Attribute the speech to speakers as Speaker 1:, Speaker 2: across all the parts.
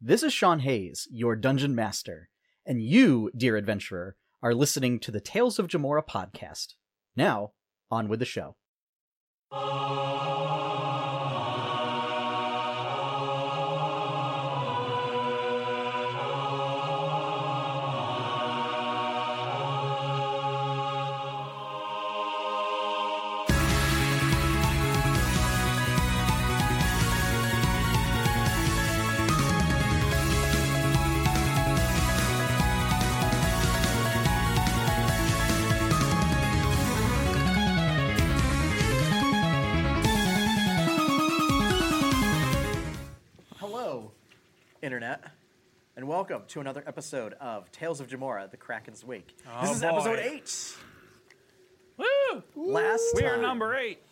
Speaker 1: This is Sean Hayes, your dungeon master, and you, dear adventurer, are listening to the Tales of Jamora podcast. Now, on with the show. Hello,
Speaker 2: internet, and welcome to another episode of Tales of Jamora: The Kraken's Wake.
Speaker 3: Oh,
Speaker 2: this is
Speaker 3: boy.
Speaker 2: episode eight.
Speaker 3: Woo!
Speaker 2: Last
Speaker 3: We are
Speaker 2: time-
Speaker 3: number eight.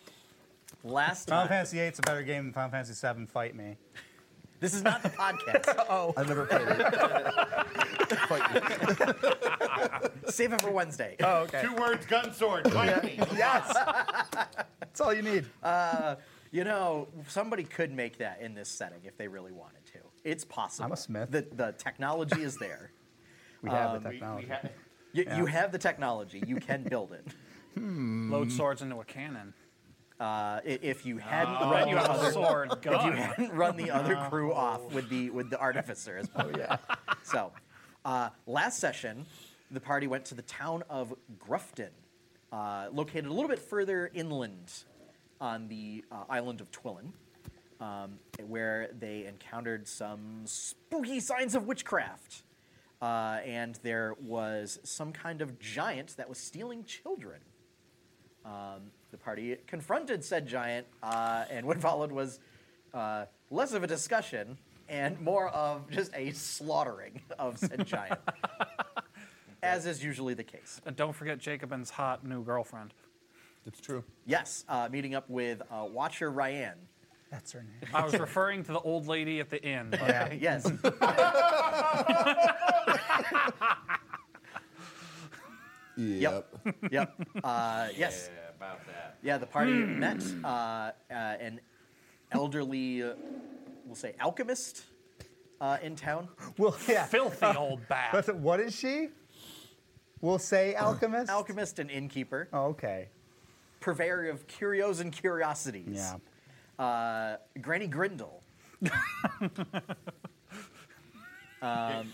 Speaker 2: Last
Speaker 4: Final
Speaker 2: time.
Speaker 4: Fantasy VIII's a better game than Final Fantasy VII. Fight me.
Speaker 2: This is not the podcast.
Speaker 5: I've never played it.
Speaker 2: Save it for Wednesday.
Speaker 4: Oh,
Speaker 5: okay.
Speaker 6: Two words, gun sword. Fight me.
Speaker 5: Yes. That's all you need.
Speaker 2: You know, somebody could make that in this setting if they really wanted to. It's possible.
Speaker 5: I'm a smith.
Speaker 2: The, the technology is there.
Speaker 5: we have
Speaker 4: Um,
Speaker 5: the
Speaker 6: We, we
Speaker 5: technology.
Speaker 6: ha-
Speaker 2: You, you have the technology. You can build it.
Speaker 5: Mm.
Speaker 3: Load swords into a cannon.
Speaker 2: Uh, i- if you hadn't
Speaker 3: Right,
Speaker 2: run
Speaker 3: you
Speaker 2: the
Speaker 3: have a
Speaker 2: other,
Speaker 3: sword
Speaker 2: if you
Speaker 3: gun.
Speaker 2: hadn't run the other crew off with the with the artificer as well.
Speaker 5: yeah.
Speaker 2: So, uh, last session, the party went to the town of Grufton, uh, located a little bit further inland on the uh, island of Twillin, um, where they encountered some spooky signs of witchcraft. Uh, and there was some kind of giant that was stealing children. Um, the party confronted said giant, uh, and what followed was uh, less of a discussion and more of just a slaughtering of said giant, as is usually the case.
Speaker 3: And don't forget Jacobin's hot new girlfriend.
Speaker 5: It's true.
Speaker 2: Yes, uh, meeting up with uh, Watcher Ryan.
Speaker 4: That's her name.
Speaker 3: I was referring to the old lady at the inn. but
Speaker 4: Yeah.
Speaker 2: Yes,
Speaker 5: Yep.
Speaker 2: yep, uh, yes.
Speaker 6: yeah, about that.
Speaker 2: Yeah, the party
Speaker 5: Hmm.
Speaker 2: met uh, uh, an elderly, uh, we'll say, alchemist uh, in town.
Speaker 5: Well, yeah.
Speaker 3: Filthy old bat.
Speaker 5: That's it. What is she? We'll say alchemist.
Speaker 2: Alchemist and innkeeper,
Speaker 5: Oh, okay.
Speaker 2: purveyor of curios and curiosities.
Speaker 5: Yeah.
Speaker 2: uh, Granny Grindle.
Speaker 6: Ja-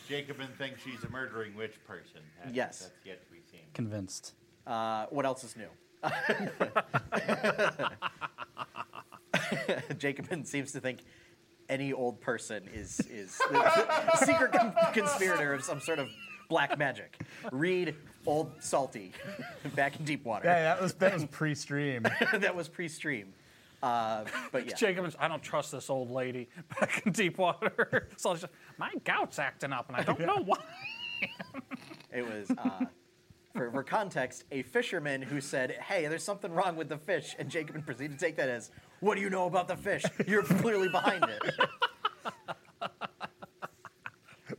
Speaker 6: Jacobin thinks she's a murdering witch person. That-
Speaker 2: Um, Yes.
Speaker 6: That's yet to be seen.
Speaker 4: Convinced.
Speaker 2: Uh, what else is new? Jacobin seems to think any old person is is a secret con- conspirator of some sort of black magic. Read Old Salty back in Deepwater.
Speaker 5: Yeah, that was that was pre-stream.
Speaker 2: that was pre-stream. Uh, but yeah.
Speaker 3: Jacobin's, I don't trust this old lady back in Deepwater. So I was just, my gout's acting up, and I don't know why.
Speaker 2: It was, uh, for, for context, a fisherman who said, Hey, there's something wrong with the fish. And Jacobin proceeded to take that as, What do you know about the fish? You're clearly behind it.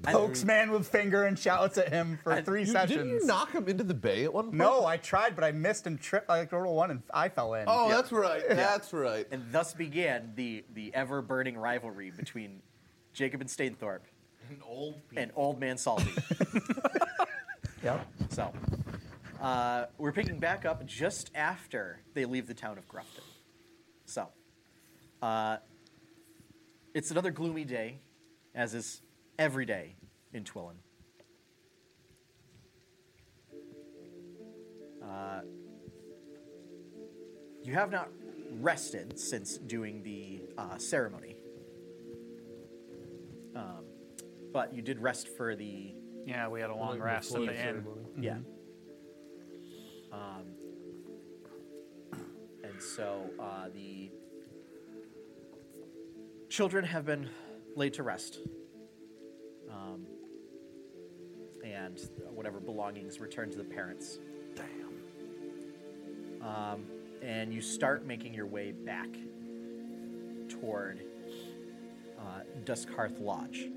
Speaker 2: And-
Speaker 5: Pokes man with finger and shouts at him for
Speaker 2: I-
Speaker 5: three
Speaker 2: you-
Speaker 5: sessions.
Speaker 7: Didn't you knock him into the bay at one point?
Speaker 5: no, I tried, but I missed and tripped. I rolled a one and I fell in.
Speaker 7: Oh, that's right. That's right.
Speaker 2: And thus began the, the ever burning rivalry between Jacobin Stainthorpe
Speaker 6: An old people.
Speaker 2: and Old Man Salty.
Speaker 5: Yep.
Speaker 2: so, uh, we're picking back up just after they leave the town of Grufton. So, uh, it's another gloomy day, as is every day in Twillin. Uh, you have not rested since doing the uh, ceremony, um, but you did rest for the
Speaker 3: Yeah, we had a long rest at the inn.
Speaker 2: yeah. Um, and so uh, the children have been laid to rest. Um, and whatever belongings returned to the parents. Damn. Um, and you start making your way back toward uh, Duskhearth Lodge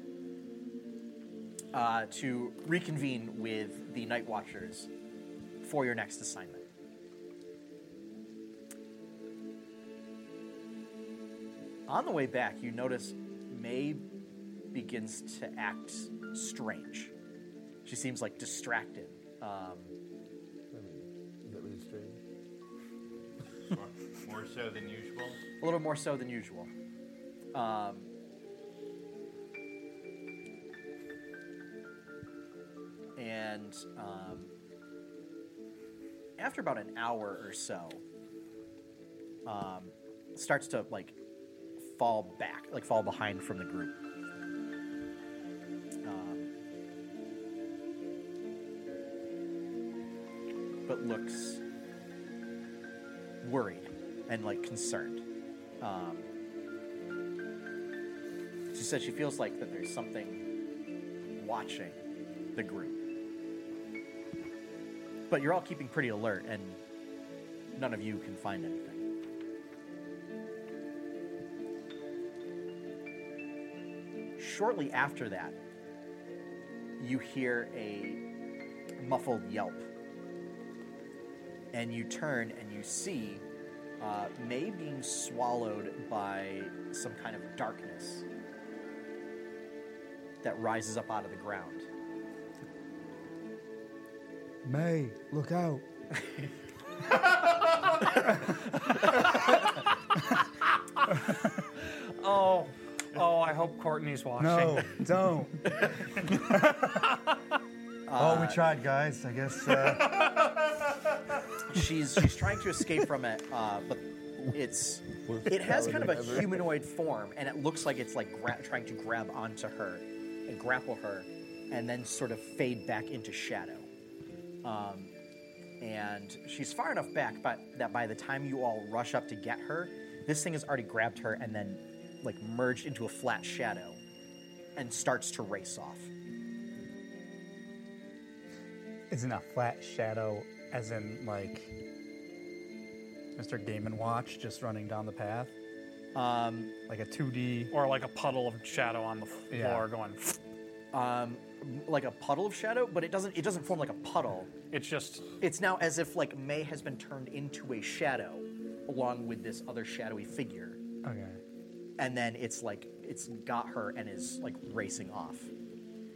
Speaker 2: uh, to reconvene with the Night Watchers for your next assignment. On the way back, you notice May begins to act strange. She seems like distracted. Um,
Speaker 6: More, more so than usual.
Speaker 2: a little more so than usual. Um, and um, after about an hour or so, um, starts to like fall back, like fall behind from the group. Um, but looks worried and like concerned. Um, she said she feels like that there's something watching the group. But you're all keeping pretty alert, and none of you can find anything. Shortly after that, you hear a muffled yelp and you turn and you see uh, May being swallowed by some kind of darkness that rises up out of the ground.
Speaker 5: May, look out.
Speaker 3: Oh, oh, I hope Courtney's watching.
Speaker 5: No, don't.
Speaker 4: oh, we tried, guys. I guess uh,
Speaker 2: She's she's trying to escape from it, uh, but it's it has kind of a humanoid form, and it looks like it's like gra- trying to grab onto her and grapple her, and then sort of fade back into shadow. Um, and she's far enough back, but that by the time you all rush up to get her, this thing has already grabbed her and then like merged into a flat shadow, and starts to race off.
Speaker 4: it's in a flat shadow, as in like Mr. Game and Watch just running down the path,
Speaker 2: Um,
Speaker 4: like a 2D.
Speaker 3: Or like a puddle of shadow on the floor
Speaker 4: Yeah.
Speaker 3: going.
Speaker 2: um, like a puddle of shadow, but it doesn't it doesn't form like a puddle.
Speaker 3: It's just
Speaker 2: It's now as if like May has been turned into a shadow along with this other shadowy figure.
Speaker 4: Okay.
Speaker 2: And then it's like it's got her and is like racing off.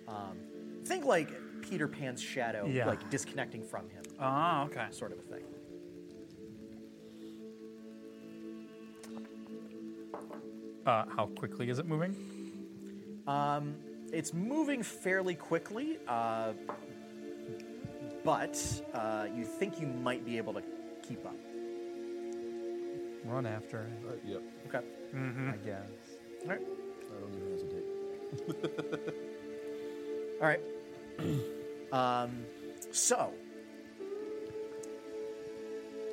Speaker 2: Um, think like Peter Pan's shadow
Speaker 4: Yeah.
Speaker 2: like disconnecting from him,
Speaker 3: ah okay.
Speaker 2: sort of a thing.
Speaker 4: Uh, how quickly is it moving?
Speaker 2: Um, it's moving fairly quickly, uh, but uh, you think you might be able to keep up.
Speaker 4: Run after it,
Speaker 7: Uh, Yep.
Speaker 2: Okay.
Speaker 4: I guess.
Speaker 2: All right.
Speaker 7: I don't even hesitate.
Speaker 2: All right. um, so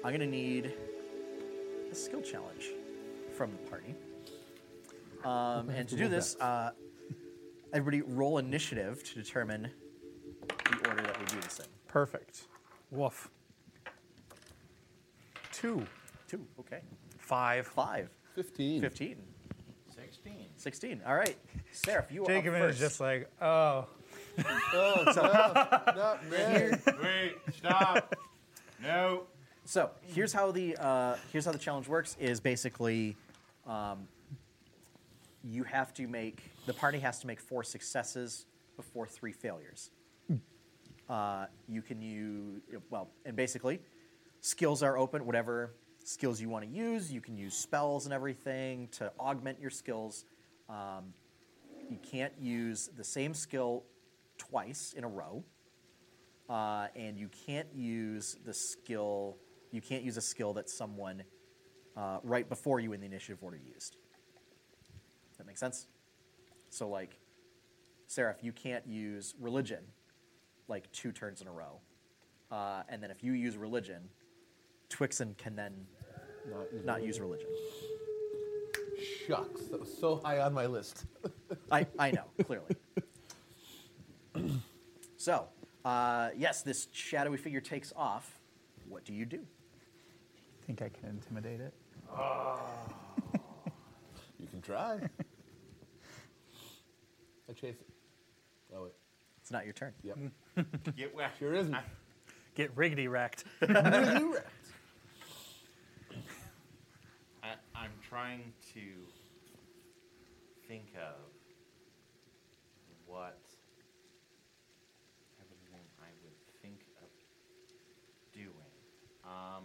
Speaker 2: I'm gonna need a skill challenge from the party, um, and to do this, uh, everybody roll initiative to determine the order that we do this in.
Speaker 4: Perfect.
Speaker 3: Woof.
Speaker 4: Two.
Speaker 2: Two. Okay.
Speaker 3: Five.
Speaker 2: Five.
Speaker 7: 15.
Speaker 2: 15.
Speaker 6: 16.
Speaker 2: 16. All right. Seraph, you are up
Speaker 4: Jacob is
Speaker 2: first.
Speaker 4: just like, oh,
Speaker 7: Not bad.
Speaker 6: Wait, stop. no.
Speaker 2: So here's how the uh, here's how the challenge works is basically, um, you have to make the party has to make four successes before three failures. Uh, you can use well, and basically, skills are open. Whatever skills you want to use, you can use spells and everything to augment your skills. Um, you can't use the same skill twice in a row uh, and you can't use the skill. You can't use a skill that someone uh, right before you in the initiative order used. That makes sense. So, like, Seraph, you can't use religion like two turns in a row, uh, and then if you use religion, Twixen can then not use religion.
Speaker 7: Shucks. That was so high on my list.
Speaker 2: I, I know, clearly. so, uh, yes, this shadowy figure takes off. What do you do?
Speaker 4: think I can intimidate it.
Speaker 7: You can try. I chase it. Oh, wait.
Speaker 2: It's not your turn.
Speaker 7: Yep.
Speaker 5: Mm.
Speaker 6: Get whacked.
Speaker 7: Sure isn't.
Speaker 3: Get riggedy wrecked.
Speaker 6: I, I'm trying to think of Um,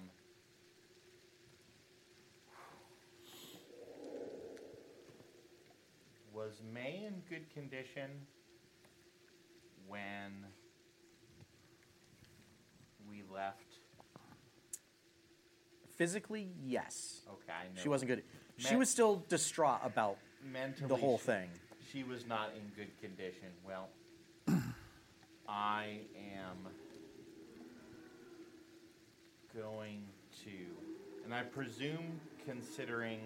Speaker 6: was May in good condition when we left?
Speaker 2: Physically, yes.
Speaker 6: Okay, I know.
Speaker 2: She wasn't good. She
Speaker 6: Matt-
Speaker 2: was still distraught about
Speaker 6: mentally
Speaker 2: the whole
Speaker 6: she-
Speaker 2: thing.
Speaker 6: She was not in good condition. Well, I am going to, and I presume considering.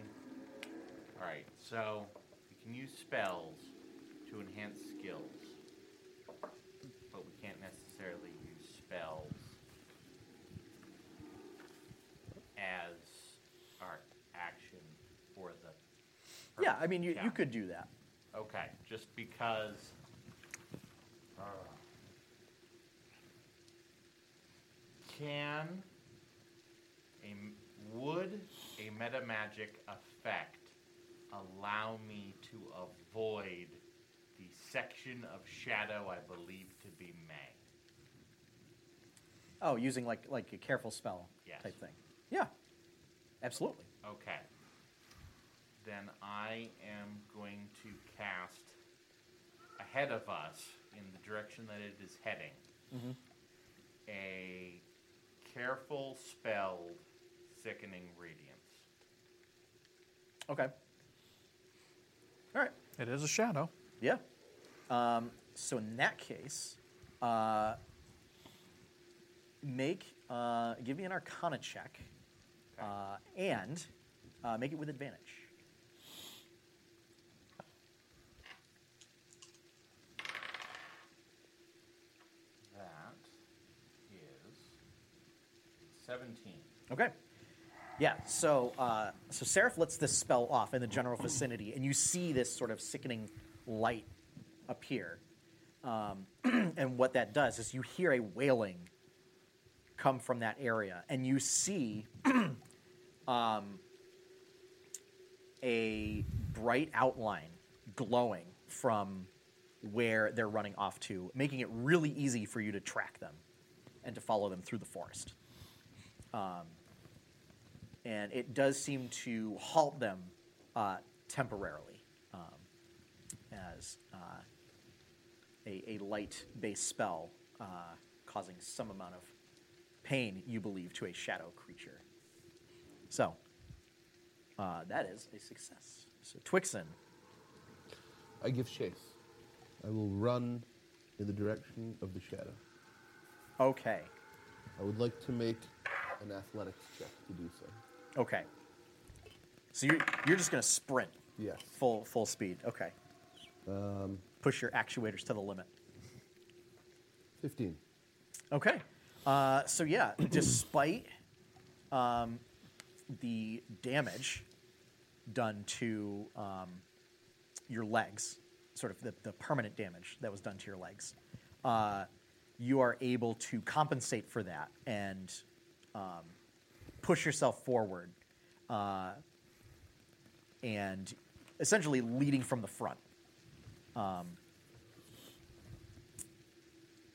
Speaker 6: All right, so we can use spells to enhance skills, but we can't necessarily use spells as our action for the.
Speaker 2: Yeah, I mean, you,
Speaker 6: Yeah.
Speaker 2: you could do that.
Speaker 6: Okay, just because. uh, Can a m- would a meta magic effect allow me to avoid the section of shadow I believe to be May?
Speaker 2: Oh, using like like a careful spell
Speaker 6: Yes.
Speaker 2: type thing. Yeah, absolutely.
Speaker 6: Okay. Then I am going to cast ahead of us in the direction that it is heading
Speaker 2: Mm-hmm.
Speaker 6: a careful spelled sickening radiance.
Speaker 2: Okay. All right.
Speaker 3: It is a shadow.
Speaker 2: Yeah. Um, so in that case, uh, make uh, give me an Arcana check, uh, and uh, make it with advantage.
Speaker 6: That is 17.
Speaker 2: Okay. Yeah. So uh, so Seraph lets this spell off in the general vicinity, and you see this sort of sickening light appear. Um, and what that does is you hear a wailing come from that area, and you see um, a bright outline glowing from where they're running off to, making it really easy for you to track them and to follow them through the forest and it does seem to halt them uh, temporarily um, as uh, a, a light based spell uh, causing some amount of pain, you believe, to a shadow creature. So, uh, that is a success. So, Twixen,
Speaker 7: I give chase. I will run in the direction of the shadow.
Speaker 2: okay,
Speaker 7: I would like to make an athletics check to do so.
Speaker 2: okay. So, you're, you're just going to sprint
Speaker 7: Yes.
Speaker 2: full, full speed, okay. Push your actuators to the limit.
Speaker 7: 15.
Speaker 2: Okay. Uh, so yeah, despite um, the damage done to um, your legs, sort of the, the permanent damage that was done to your legs, uh, you are able to compensate for that and um, push yourself forward, uh, and essentially leading from the front.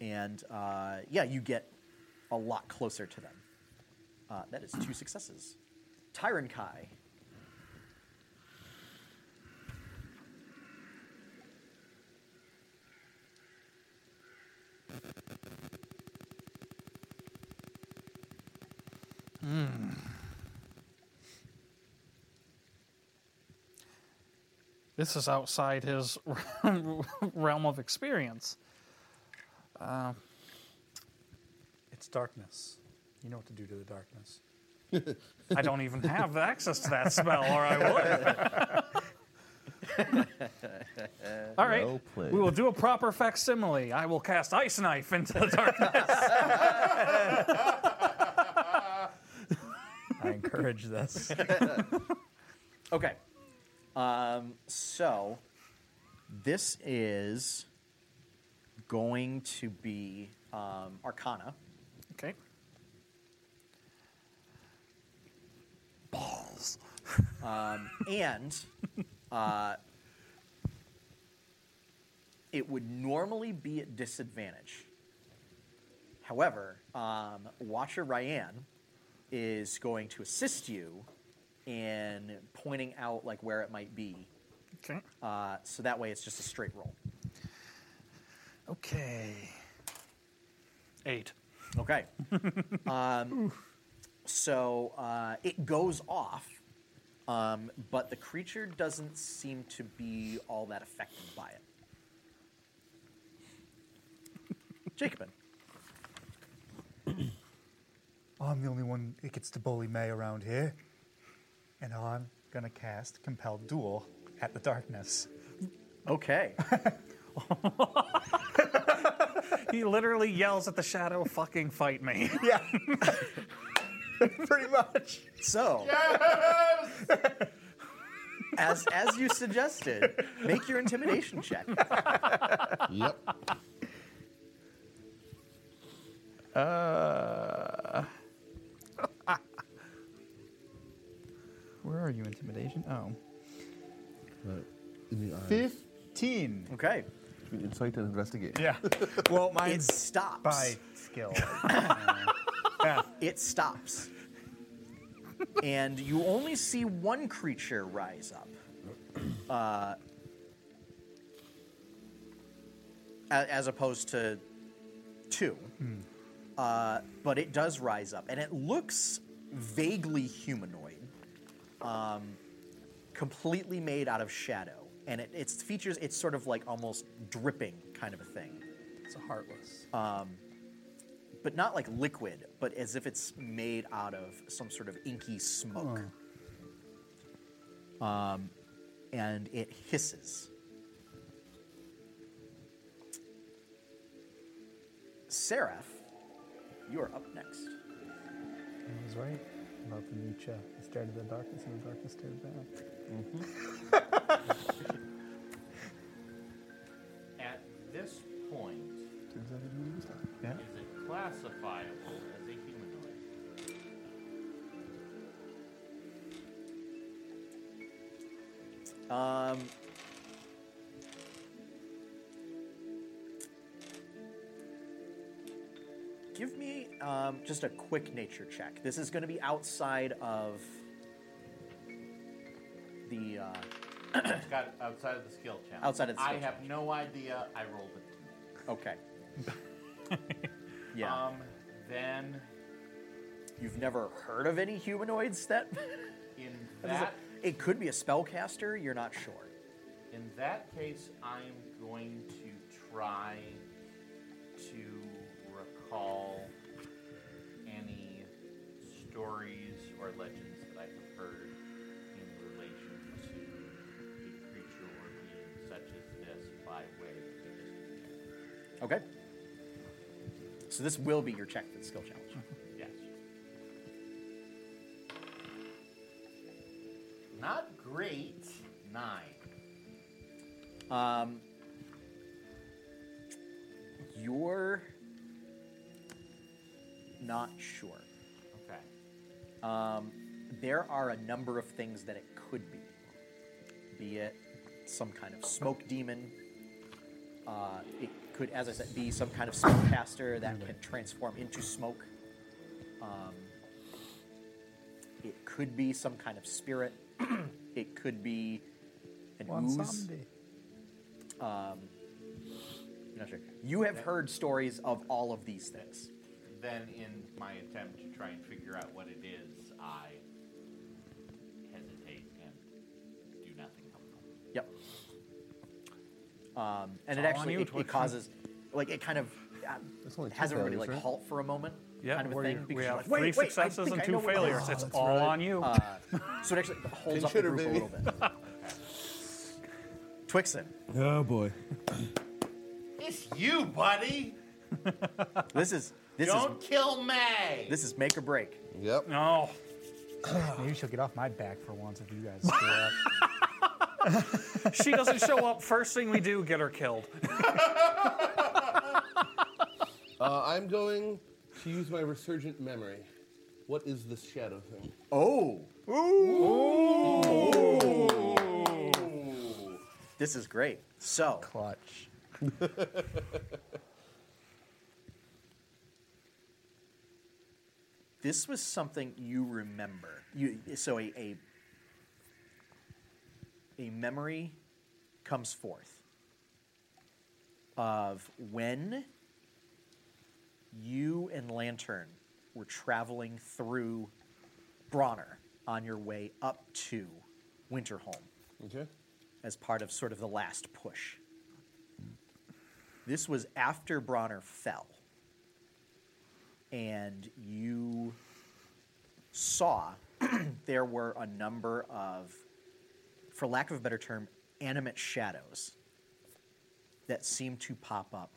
Speaker 2: and uh, yeah, you get a lot closer to them. Uh, that is two successes. Tyron Kai.
Speaker 3: This is outside his realm of experience.
Speaker 4: It's darkness. You know what to do to the darkness.
Speaker 3: I don't even have access to that spell, or I would. All right.
Speaker 7: Well played.
Speaker 3: we will do a proper facsimile. I will cast Ice Knife into the darkness.
Speaker 4: I encourage this.
Speaker 2: Okay. Um, so this is going to be um, Arcana.
Speaker 3: okay. Balls.
Speaker 2: and uh, it would normally be at disadvantage. However, um, Watcher Ryan is going to assist you in pointing out like where it might be.
Speaker 3: Okay.
Speaker 2: Uh, so that way, it's just a straight roll.
Speaker 3: Okay. Eight.
Speaker 2: Okay. um, so uh, it goes off, um, but the creature doesn't seem to be all that affected by it. Jacobin.
Speaker 5: I'm the only one that gets to bully May around here. And I'm gonna cast Compel Duel at the darkness.
Speaker 2: Okay.
Speaker 3: He literally yells at the shadow, "Fucking fight me!"
Speaker 5: Yeah. Pretty much.
Speaker 2: So. As, as you suggested, make your intimidation check.
Speaker 7: yep.
Speaker 4: Where are you, intimidation? Oh.
Speaker 7: Right. In the eye.
Speaker 4: 15.
Speaker 2: Okay.
Speaker 7: Between Insight and investigate.
Speaker 4: Yeah. Well,
Speaker 2: It
Speaker 4: mine's
Speaker 2: stops.
Speaker 4: by skill. Uh, yeah.
Speaker 2: It stops. and you only see one creature rise up. Uh, a- as opposed to two. Uh, but it does rise up, and it looks vaguely humanoid, um, completely made out of shadow. And it, its features, it's sort of like almost dripping kind of a thing
Speaker 4: It's a heartless.
Speaker 2: but not like liquid, but as if it's made out of some sort of inky smoke. Um, and it hisses. Seraph, you are up next.
Speaker 5: I was right about the Nietzsche. It started the darkness and the darkness stared back.
Speaker 6: At this point,
Speaker 5: Yeah.
Speaker 6: is it classifiable as a humanoid?
Speaker 2: Um, give me um, just a quick nature check. This is going to be outside of the. Uh,
Speaker 6: It's got outside of the skill challenge.
Speaker 2: Outside of the skill
Speaker 6: I have no idea. I rolled it.
Speaker 2: okay. yeah.
Speaker 6: Um, then
Speaker 2: You've never heard of any humanoids that.
Speaker 6: in that
Speaker 2: it could be a spellcaster, you're not sure.
Speaker 6: in that case, I'm going to try to recall any stories or legends that I have heard in relation to a creature or being such as this by way of the history check.
Speaker 2: Okay. So this will be your check for the skill challenge.
Speaker 6: Yes. Not great. Nine.
Speaker 2: Um, you're not sure.
Speaker 6: Okay.
Speaker 2: Um, there are a number of things that it could be, be it some kind of smoke demon. Uh, it could, as I said, be some kind of spellcaster that can transform into smoke. Um, it could be some kind of spirit. it could be an
Speaker 4: One
Speaker 2: ooze.
Speaker 4: zombie.
Speaker 2: You're not sure. You have heard stories of all of these things.
Speaker 6: Then, in my attempt to try and figure out what it is, I hesitate and do nothing.
Speaker 2: Yep. Um, and it
Speaker 3: all on
Speaker 2: actually
Speaker 3: you,
Speaker 2: it,
Speaker 3: Torch.
Speaker 2: it causes like it kind of uh,
Speaker 7: That's only two
Speaker 2: has everybody
Speaker 7: failures,
Speaker 2: like
Speaker 7: right?
Speaker 2: halt for a moment.
Speaker 3: Yeah,
Speaker 2: kind of a
Speaker 3: where
Speaker 2: thing.
Speaker 3: you- we
Speaker 2: because you're
Speaker 3: have
Speaker 2: like,
Speaker 3: three
Speaker 2: wait, wait, I
Speaker 3: successes
Speaker 2: think
Speaker 3: and
Speaker 2: I
Speaker 3: two
Speaker 2: know what it
Speaker 3: failures.
Speaker 2: is. Uh.
Speaker 3: it's all on you.
Speaker 2: So it actually holds up the
Speaker 7: should
Speaker 2: group
Speaker 7: have,
Speaker 2: a little bit. Twixen,
Speaker 7: Oh boy.
Speaker 6: It's you, buddy.
Speaker 2: this is this
Speaker 6: Don't
Speaker 2: is
Speaker 6: kill May.
Speaker 2: this is make or break.
Speaker 7: Yep.
Speaker 3: no.
Speaker 4: Maybe she'll get off my back for once if you guys screw up.
Speaker 3: She doesn't show up. First thing we do, get her killed.
Speaker 7: Uh, I'm going to use my resurgent memory. What is this shadow thing?
Speaker 2: Oh. Ooh. This is great. So
Speaker 4: Clutch.
Speaker 2: This was something you remember. You so a a, a memory comes forth of when you and Lantern were traveling through Bronner on your way up to Winterholm
Speaker 7: Okay.
Speaker 2: as part of sort of the last push. This was after Bronner fell. And you saw there were a number of, for lack of a better term, animate shadows that seemed to pop up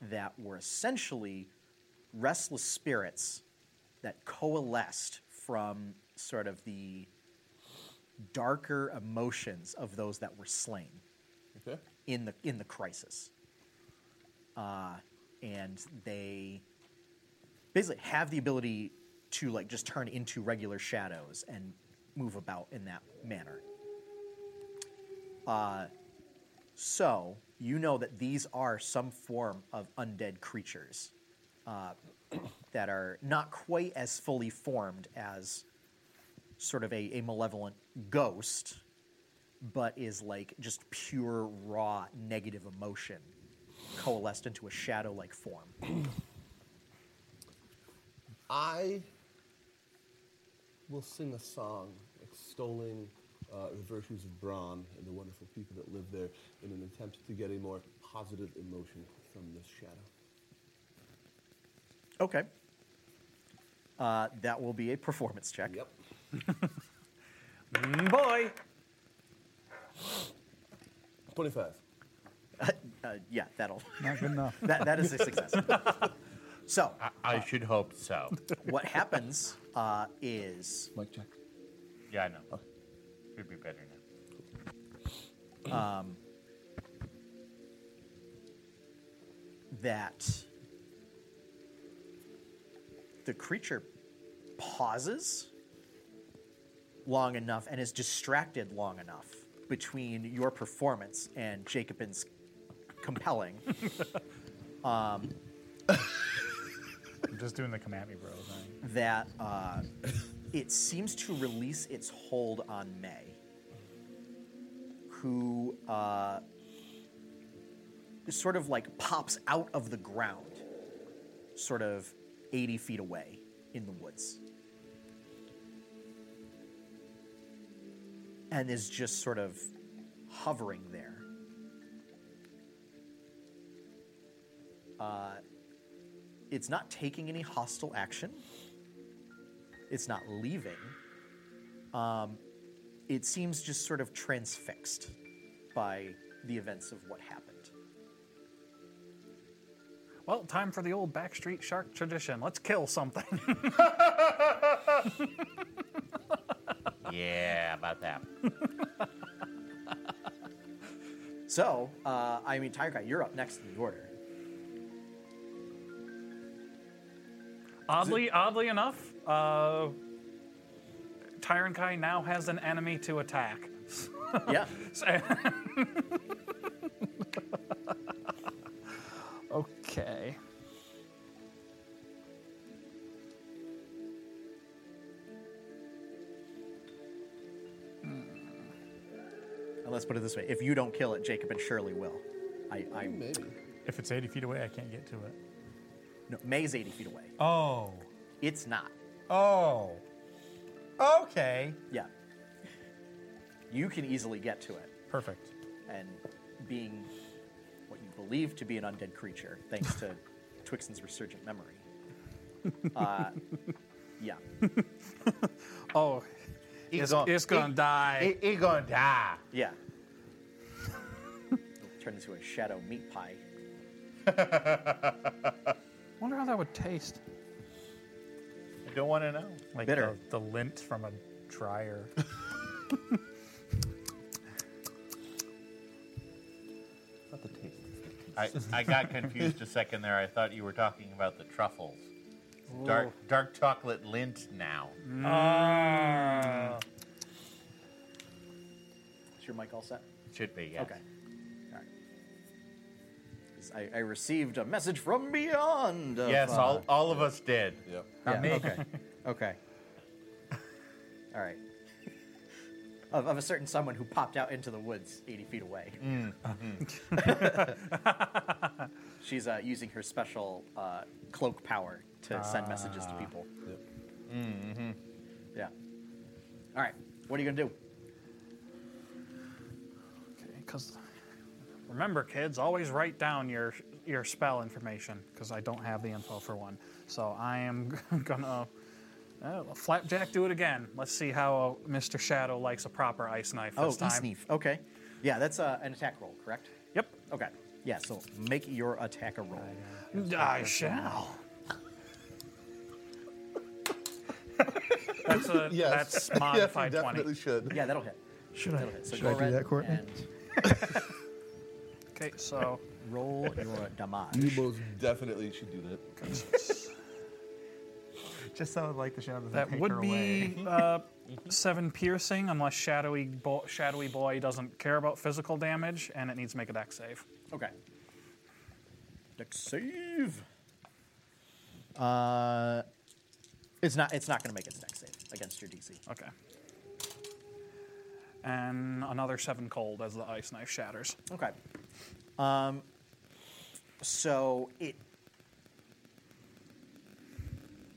Speaker 2: that were essentially restless spirits that coalesced from sort of the darker emotions of those that were slain
Speaker 7: Okay.
Speaker 2: in the in the crisis. Uh, and they basically have the ability to like just turn into regular shadows and move about in that manner. Uh, so you know that these are some form of undead creatures uh, that are not quite as fully formed as sort of a, a malevolent ghost, but is like just pure, raw, negative emotion coalesced into a shadow like form.
Speaker 7: I will sing a song extolling uh, the virtues of Braun and the wonderful people that live there in an attempt to get a more positive emotion from this shadow.
Speaker 2: Okay. Uh, that will be a performance check.
Speaker 7: Yep.
Speaker 3: Mm, Boy,
Speaker 7: 25.
Speaker 2: Uh, yeah, that'll.
Speaker 4: Not good enough.
Speaker 2: That, that is a success. so,
Speaker 6: I should hope so.
Speaker 2: what happens uh, is
Speaker 7: Mic check.
Speaker 6: yeah, I know. Should be better now.
Speaker 2: that the creature pauses long enough and is distracted long enough between your performance and Jacobin's compelling.
Speaker 4: I'm just doing the come at me, bro thing.
Speaker 2: that uh, it seems to release its hold on May, who uh, sort of like pops out of the ground, sort of 80 feet away in the woods. And is just sort of hovering there. Uh, It's not taking any hostile action. It's not leaving. Um, it seems just sort of transfixed by the events of what happened.
Speaker 3: well, time for the old backstreet shark tradition. Let's kill something.
Speaker 6: Yeah, about that.
Speaker 2: So, uh, I mean, Tiger Guy, you're up next in the order.
Speaker 3: Oddly, oddly enough, uh, Tyrant Kai now has an enemy to attack.
Speaker 2: yeah.
Speaker 3: So- okay.
Speaker 2: And let's put it this way if you don't kill it, Jacob and Shirley will. I, I
Speaker 7: Maybe.
Speaker 4: If it's 80 feet away, I can't get to it.
Speaker 2: no, May's 80 feet away.
Speaker 5: Oh.
Speaker 2: It's not.
Speaker 5: Oh. Okay.
Speaker 2: Yeah. You can easily get to it.
Speaker 4: Perfect.
Speaker 2: and being what you believe to be an undead creature, thanks to Twixen's resurgent memory. Uh, yeah.
Speaker 3: Oh,
Speaker 6: He
Speaker 3: it's,
Speaker 6: gon-
Speaker 3: it's gonna
Speaker 6: he-
Speaker 3: die.
Speaker 6: He, he gonna die.
Speaker 2: Yeah. Turned into a shadow meat pie.
Speaker 3: Wonder how that would taste.
Speaker 6: I don't want to know.
Speaker 4: Like
Speaker 2: Bitter.
Speaker 4: The, the lint from a dryer.
Speaker 7: Not the taste.
Speaker 6: I, I got confused a second there. I thought you were talking about the truffles. Dark dark chocolate lint now.
Speaker 2: Mm. Is your mic all set?
Speaker 6: Should be, yes.
Speaker 2: Okay. All right. I, I received a message from beyond. of,
Speaker 6: Yes,
Speaker 2: uh,
Speaker 6: all, all of us did.
Speaker 7: Yep.
Speaker 4: Not me.
Speaker 2: Okay. okay. All right. Of, of a certain someone who popped out into the woods 80 feet away. She's uh, using her special uh, cloak power to send messages to people.
Speaker 7: Yep.
Speaker 2: Yeah. All right. What are you going to do?
Speaker 3: Because remember, kids, always write down your your spell information because I don't have the info for one. So I am gonna uh, flapjack do it again. Let's see how Mr. Shadow likes a proper ice knife this
Speaker 7: Oh,
Speaker 3: time.
Speaker 2: Oh, Okay. Yeah, that's uh, an attack roll, correct?
Speaker 3: Yep,
Speaker 2: Okay. Yeah, so make your attack a roll.
Speaker 3: I shall. that's a
Speaker 7: Yes.
Speaker 3: that's modified
Speaker 7: yes, you
Speaker 3: twenty.
Speaker 7: definitely should.
Speaker 2: Yeah, that'll hit.
Speaker 8: Should
Speaker 2: That'll
Speaker 8: I,
Speaker 2: hit. So
Speaker 8: should I
Speaker 2: go
Speaker 8: do
Speaker 2: red
Speaker 8: that, Courtney?
Speaker 2: and
Speaker 3: Okay, so
Speaker 2: roll your
Speaker 7: You
Speaker 2: damage.
Speaker 7: most definitely should do that.
Speaker 4: Just sounded like the shadow doesn't
Speaker 3: that
Speaker 4: take her
Speaker 3: would
Speaker 4: away.
Speaker 3: be uh, seven piercing, unless shadowy bo- shadowy boy doesn't care about physical damage, and it needs to make a deck save.
Speaker 2: Okay. Dex save. Uh, it's not. It's not going to make its dex save against your DC.
Speaker 3: Okay. And another seven cold as the ice knife shatters.
Speaker 2: Okay. Um, so it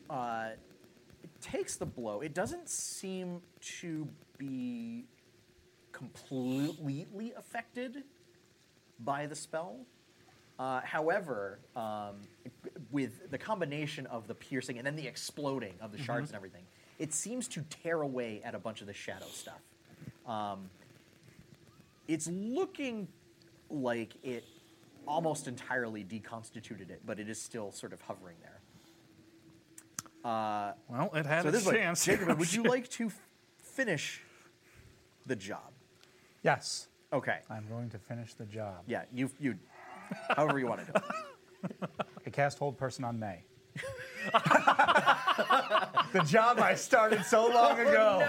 Speaker 2: uh, it takes the blow. It doesn't seem to be completely affected by the spell. Uh, however, um, with the combination of the piercing and then the exploding of the shards and everything, it seems to tear away at a bunch of the shadow stuff. Um, it's looking like it almost entirely deconstituted it, but it is still sort of hovering there.
Speaker 3: Well, it had
Speaker 2: So
Speaker 3: a
Speaker 2: this is like,
Speaker 3: chance.
Speaker 2: Jacob, would you like to f- finish the job?
Speaker 4: Yes.
Speaker 2: Okay.
Speaker 4: I'm going to finish the job.
Speaker 2: Yeah, you you however you want to do. it.
Speaker 4: I cast hold person on May. the job I started so long ago.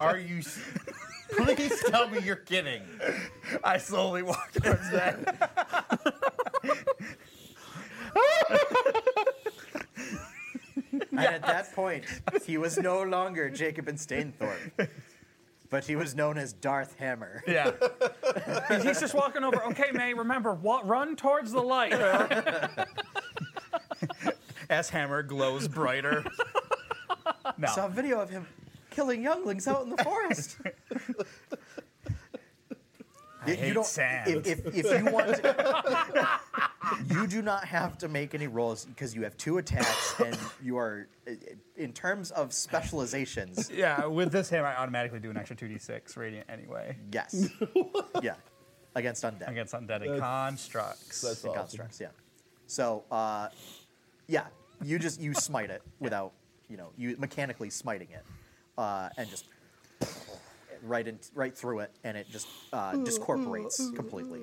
Speaker 6: Are you? s- Please tell me you're kidding.
Speaker 4: I slowly walked towards that.
Speaker 2: And at that point, he was no longer Jacob and Stainthorpe, but he was known as Darth Hammer.
Speaker 4: Yeah.
Speaker 3: He's just walking over. Okay, May, remember, wa- run towards the light.
Speaker 4: As hammer glows brighter. No.
Speaker 2: Saw a video of him killing younglings out in the forest. I
Speaker 4: hate sand.
Speaker 2: If, if, if you want, to, you do not have to make any rolls because you have two attacks, and you are, in terms of specializations,
Speaker 4: yeah, with this hammer, I automatically do an extra 2d6 radiant anyway
Speaker 2: yes, yeah, against undead.
Speaker 4: against undead and constructs.
Speaker 7: That's awesome.
Speaker 2: constructs. Yeah. So, uh, yeah, you just you smite it without, you know, you mechanically smiting it, uh, and just right in, right through it, and it just uh,
Speaker 7: Mm,
Speaker 2: discorporates completely.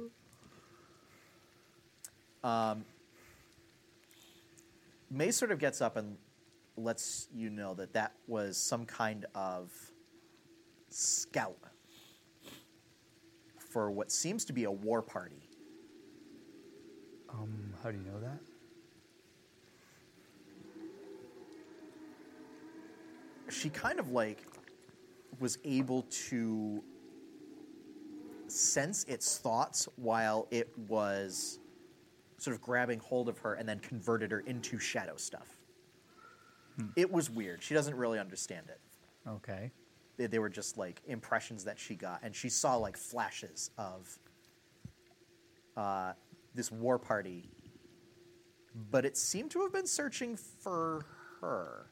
Speaker 2: Um,
Speaker 7: mm.
Speaker 2: May sort of gets up and lets you know that that was some kind of scout for what seems to be a war party.
Speaker 4: Um, how do you know that?
Speaker 2: she kind of like was able to sense its thoughts while it was sort of grabbing hold of her and then converted her into shadow stuff. It was weird. She doesn't really understand it.
Speaker 4: Okay.
Speaker 2: They, they were just like impressions that she got, and she saw like flashes of uh, this war party, but it seemed to have been searching for her.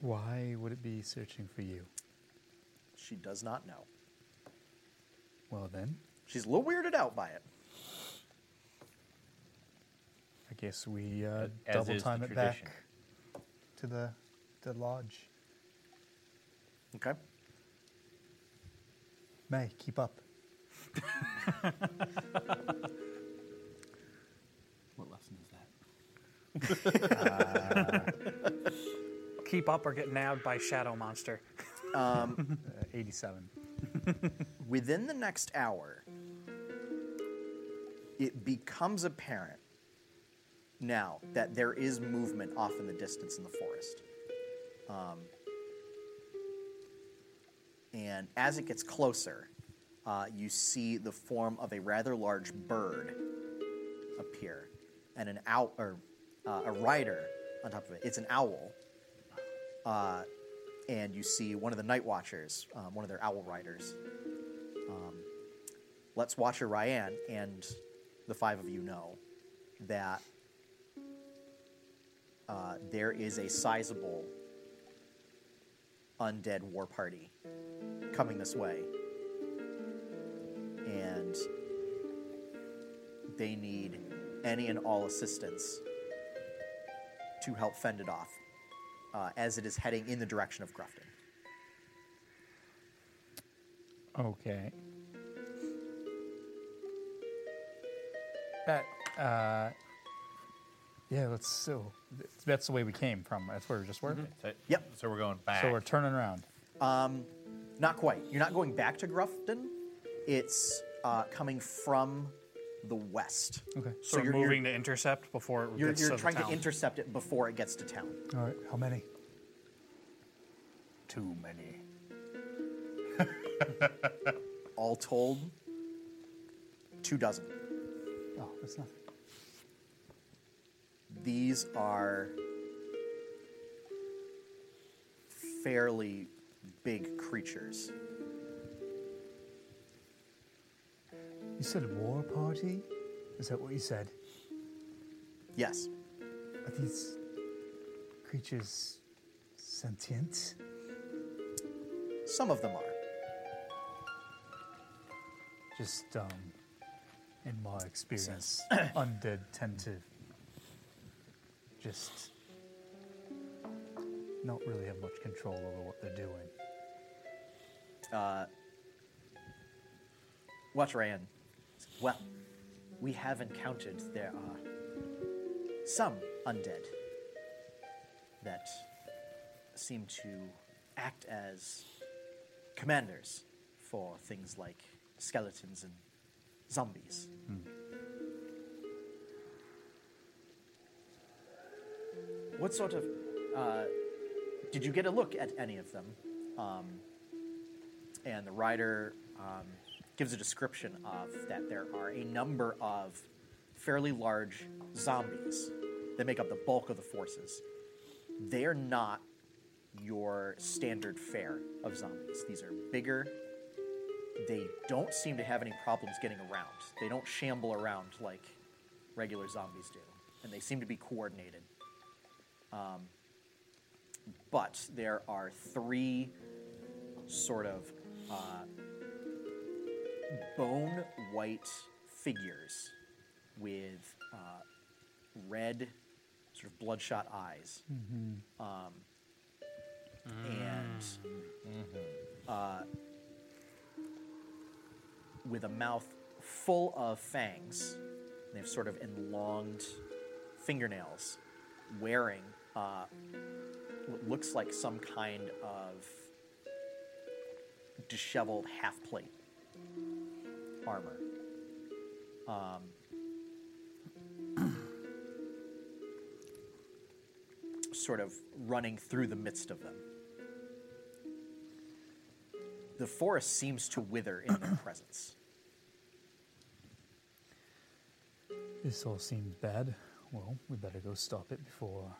Speaker 4: Why would it be searching for you?
Speaker 2: She does not know.
Speaker 4: Well, then,
Speaker 2: She's a little weirded out by it.
Speaker 4: I guess we uh,
Speaker 6: As
Speaker 4: double
Speaker 6: is the
Speaker 4: time it back
Speaker 6: tradition.
Speaker 4: to the, the lodge.
Speaker 2: Okay.
Speaker 4: May, keep up.
Speaker 7: What lesson is that?
Speaker 3: Keep up or get nabbed by shadow monster.
Speaker 4: Uh, 87.
Speaker 2: within the next hour, it becomes apparent now that there is movement off in the distance in the forest. Um, and as it gets closer, uh, you see the form of a rather large bird appear, and an owl or uh, a rider on top of it. It's an owl, uh, and you see one of the night watchers, um, one of their owl riders. Um, Let's Watcher Ryan and the five of you know that uh, there is a sizable undead war party coming this way. And they need any and all assistance to help fend it off uh, as it is heading in the direction of Grufton.
Speaker 4: Okay. That, uh, yeah, that's so. That's the way we came from. That's where we just were.
Speaker 6: So,
Speaker 2: Yep.
Speaker 6: So we're going back.
Speaker 4: So we're turning around.
Speaker 2: Not quite. You're not going back to Grufton. It's uh, coming from the west.
Speaker 4: Okay.
Speaker 2: So
Speaker 3: So, you're
Speaker 2: you're-
Speaker 3: moving to intercept before it
Speaker 2: You're,
Speaker 3: gets
Speaker 2: you're
Speaker 3: to
Speaker 2: trying
Speaker 3: the
Speaker 2: to
Speaker 3: town.
Speaker 2: intercept it before it gets to town.
Speaker 5: All right, how many?
Speaker 4: Too many.
Speaker 2: All told, two dozen.
Speaker 5: Oh, that's nothing.
Speaker 2: These are fairly big creatures.
Speaker 5: You said war party? Is that what you said?
Speaker 2: Yes.
Speaker 5: Are these creatures sentient?
Speaker 2: Some of them are.
Speaker 5: Just, um, in my experience, undead tend to just not really have much control over what they're doing.
Speaker 2: Watch Ryan. Well, we have encountered there are some undead that seem to act as commanders for things like skeletons and zombies. Hmm. What sort of. Uh, did you get a look at any of them? and the writer um, gives a description of that there are a number of fairly large zombies that make up the bulk of the forces. They are not your standard fare of zombies. These are bigger. They don't seem to have any problems getting around. They don't shamble around like regular zombies do, and they seem to be coordinated. Um, but there are three sort of uh, bone white figures with uh, red, sort of bloodshot eyes. Um, And uh, with a mouth full of fangs, they have sort of enlonged fingernails, wearing uh, what looks like some kind of disheveled half plate armor. Um, sort of running through the midst of them. The forest seems to wither in their presence.
Speaker 5: This all seems bad. Well, we better go stop it before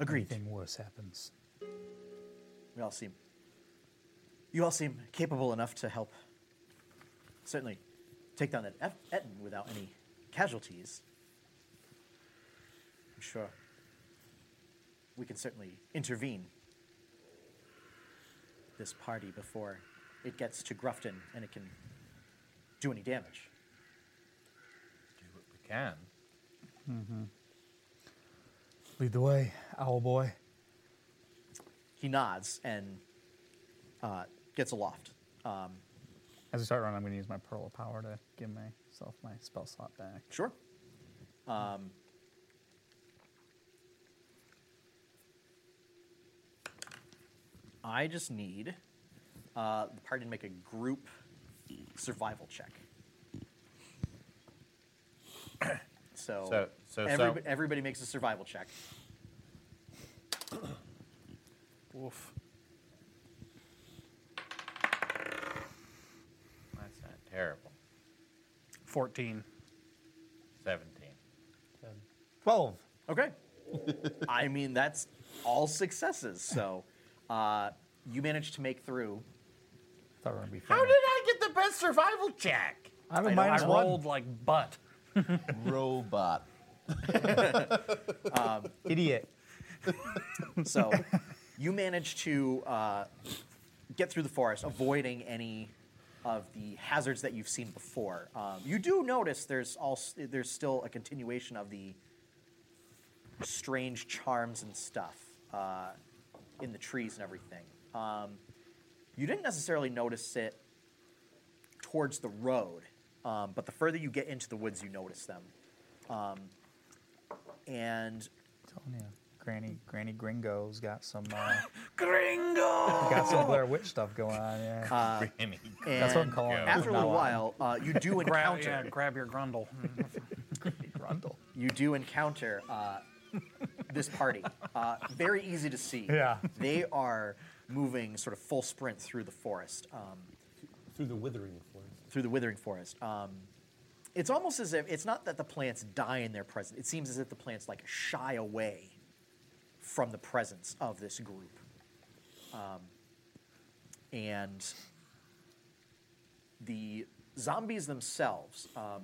Speaker 2: Agreed.
Speaker 5: anything worse happens.
Speaker 2: We all seem. You all seem capable enough to help. Certainly, take down that F- Etten without any casualties. I'm sure. We can certainly intervene. This party before it gets to Grufton and it can do any damage.
Speaker 6: Do what we can.
Speaker 5: Lead the way, owl boy.
Speaker 2: He nods and uh, gets aloft. Um,
Speaker 4: As we start running, I'm going to use my pearl of power to give myself my spell slot back.
Speaker 2: Sure. Um, I just need Uh, the party to make a group survival check. so,
Speaker 6: So- so- so-
Speaker 2: everyb- everybody makes a survival check.
Speaker 3: Oof.
Speaker 6: That's not terrible.
Speaker 3: 14.
Speaker 6: 17.
Speaker 5: 12.
Speaker 2: Okay. I mean, that's all successes. So uh, you managed to make through.
Speaker 5: thought we were going to be
Speaker 6: How
Speaker 5: funny.
Speaker 6: did I get the best survival check?
Speaker 5: I have a
Speaker 3: I, know, I
Speaker 5: minus one.
Speaker 3: rolled like butt.
Speaker 7: Robot.
Speaker 5: Idiot.
Speaker 2: So you managed to uh, get through the forest, avoiding any of the hazards that you've seen before. Um, you do notice there's also there's still a continuation of the strange charms and stuff uh, in the trees and everything. Um, you didn't necessarily notice it towards the road, um, but the further you get into the woods, you notice them. Um, and
Speaker 5: Told ya, Granny, Granny Gringo's got some. Uh, Gringo! Got some Blair Witch stuff going on, yeah.
Speaker 6: Granny.
Speaker 5: That's what I'm
Speaker 2: and
Speaker 5: calling it.
Speaker 2: After a little
Speaker 5: Now, uh,
Speaker 2: while, uh, you do
Speaker 3: Grab,
Speaker 2: encounter
Speaker 3: yeah, grab your grundle. Hmm.
Speaker 4: Uh,
Speaker 5: Grundle.
Speaker 2: you do encounter uh, this party. Uh, very easy to see.
Speaker 5: Yeah.
Speaker 2: they are moving sort of full sprint through the forest, um,
Speaker 7: Through the withering forest.
Speaker 2: through the withering forest. Um, it's almost as if it's not that the plants die in their presence. It seems as if the plants like shy away from the presence of this group, um, and the zombies themselves um,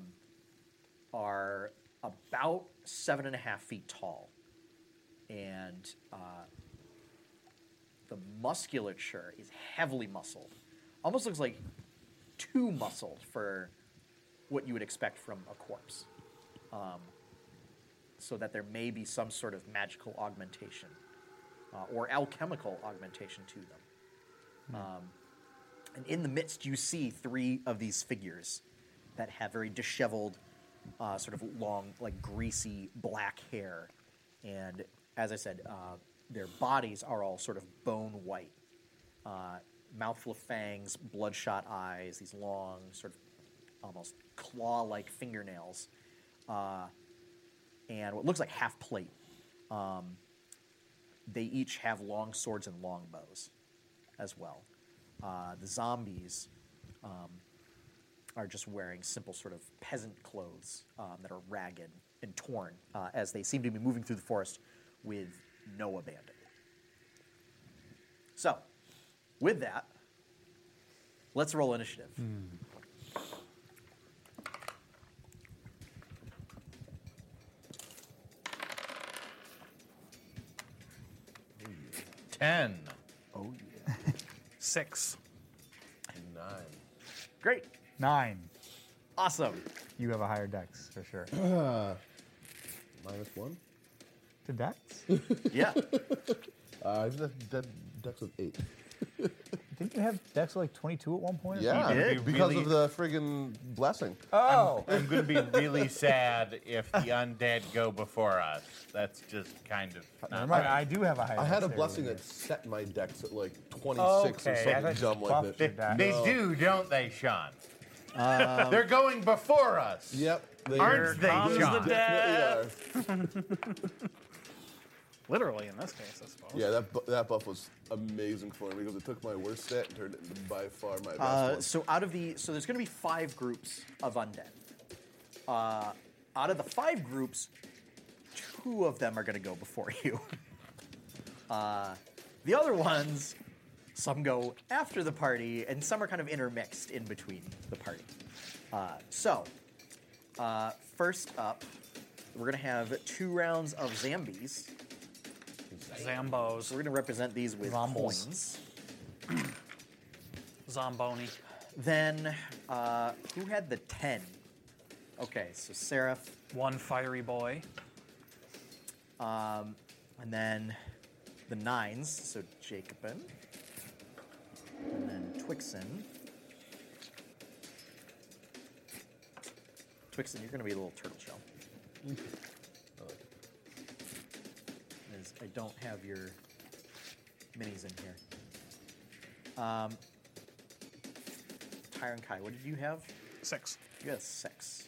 Speaker 2: are about seven and a half feet tall, and uh, the musculature is heavily muscled. Almost looks like too muscled for what you would expect from a corpse. Um, so that there may be some sort of magical augmentation uh, or alchemical augmentation to them. Um, and in the midst, you see three of these figures that have very disheveled, uh, sort of long, like greasy black hair. And as I said, uh, their bodies are all sort of bone white uh, mouthful of fangs, bloodshot eyes, these long, sort of almost claw like fingernails, uh, and what looks like half plate. Um, they each have long swords and long bows as well. Uh, the zombies um, are just wearing simple, sort of peasant clothes um, that are ragged and torn uh, as they seem to be moving through the forest with no abandon. So, with that, let's roll initiative.
Speaker 6: Ten.
Speaker 7: Oh, yeah.
Speaker 3: Six.
Speaker 7: Nine.
Speaker 2: Great.
Speaker 5: Nine.
Speaker 2: Awesome.
Speaker 5: You have a higher dex, for sure.
Speaker 7: Minus one.
Speaker 5: to dex?
Speaker 2: Yeah.
Speaker 7: Uh, I've left de- decks with eight.
Speaker 5: Didn't you have dex like 22 at one point? or
Speaker 7: Yeah,
Speaker 6: You did?
Speaker 7: because
Speaker 6: Really?
Speaker 7: of the friggin' blessing.
Speaker 5: something? Oh!
Speaker 6: I'm going to be really sad if the undead go before us. That's just kind of.
Speaker 5: Never
Speaker 6: Not
Speaker 5: mind, I do have a higher
Speaker 7: I had
Speaker 5: dex
Speaker 7: a
Speaker 5: there,
Speaker 7: blessing
Speaker 5: yeah.
Speaker 7: that set my decks at like
Speaker 5: Okay,
Speaker 7: 26 or
Speaker 5: I
Speaker 7: something
Speaker 5: thought you
Speaker 7: dumb like
Speaker 5: buffed
Speaker 7: that.
Speaker 5: it back.
Speaker 6: they do, don't they, Sean? They're going before us.
Speaker 7: Yep. They
Speaker 6: Aren't
Speaker 7: are-
Speaker 6: they,
Speaker 7: they
Speaker 6: Sean?
Speaker 7: definitely are.
Speaker 3: Literally, in this case, I suppose.
Speaker 7: Yeah, that, bu- that buff was amazing for me because it took my worst set and turned it into by far my best
Speaker 2: Uh,
Speaker 7: one.
Speaker 2: so out of the so there's going to be five groups of undead. Uh, out of the five groups, two of them are going to go before you. Uh, the other ones, some go after the party, and some are kind of intermixed in between the party. Uh, so uh, first up, we're going to have two rounds of zombies.
Speaker 3: Zambos.
Speaker 2: We're going to represent these with
Speaker 5: Zombles.
Speaker 2: coins.
Speaker 3: Zomboni.
Speaker 2: Then, uh, who had the 10? Okay, so Seraph,
Speaker 3: One fiery boy.
Speaker 2: and then the 9s, so Jacobin, and then Twixen. Twixen, you're gonna be a little turtle shell. As I don't have your minis in here. Um, Kyron Kai. What did you have?
Speaker 3: Six.
Speaker 2: You had six.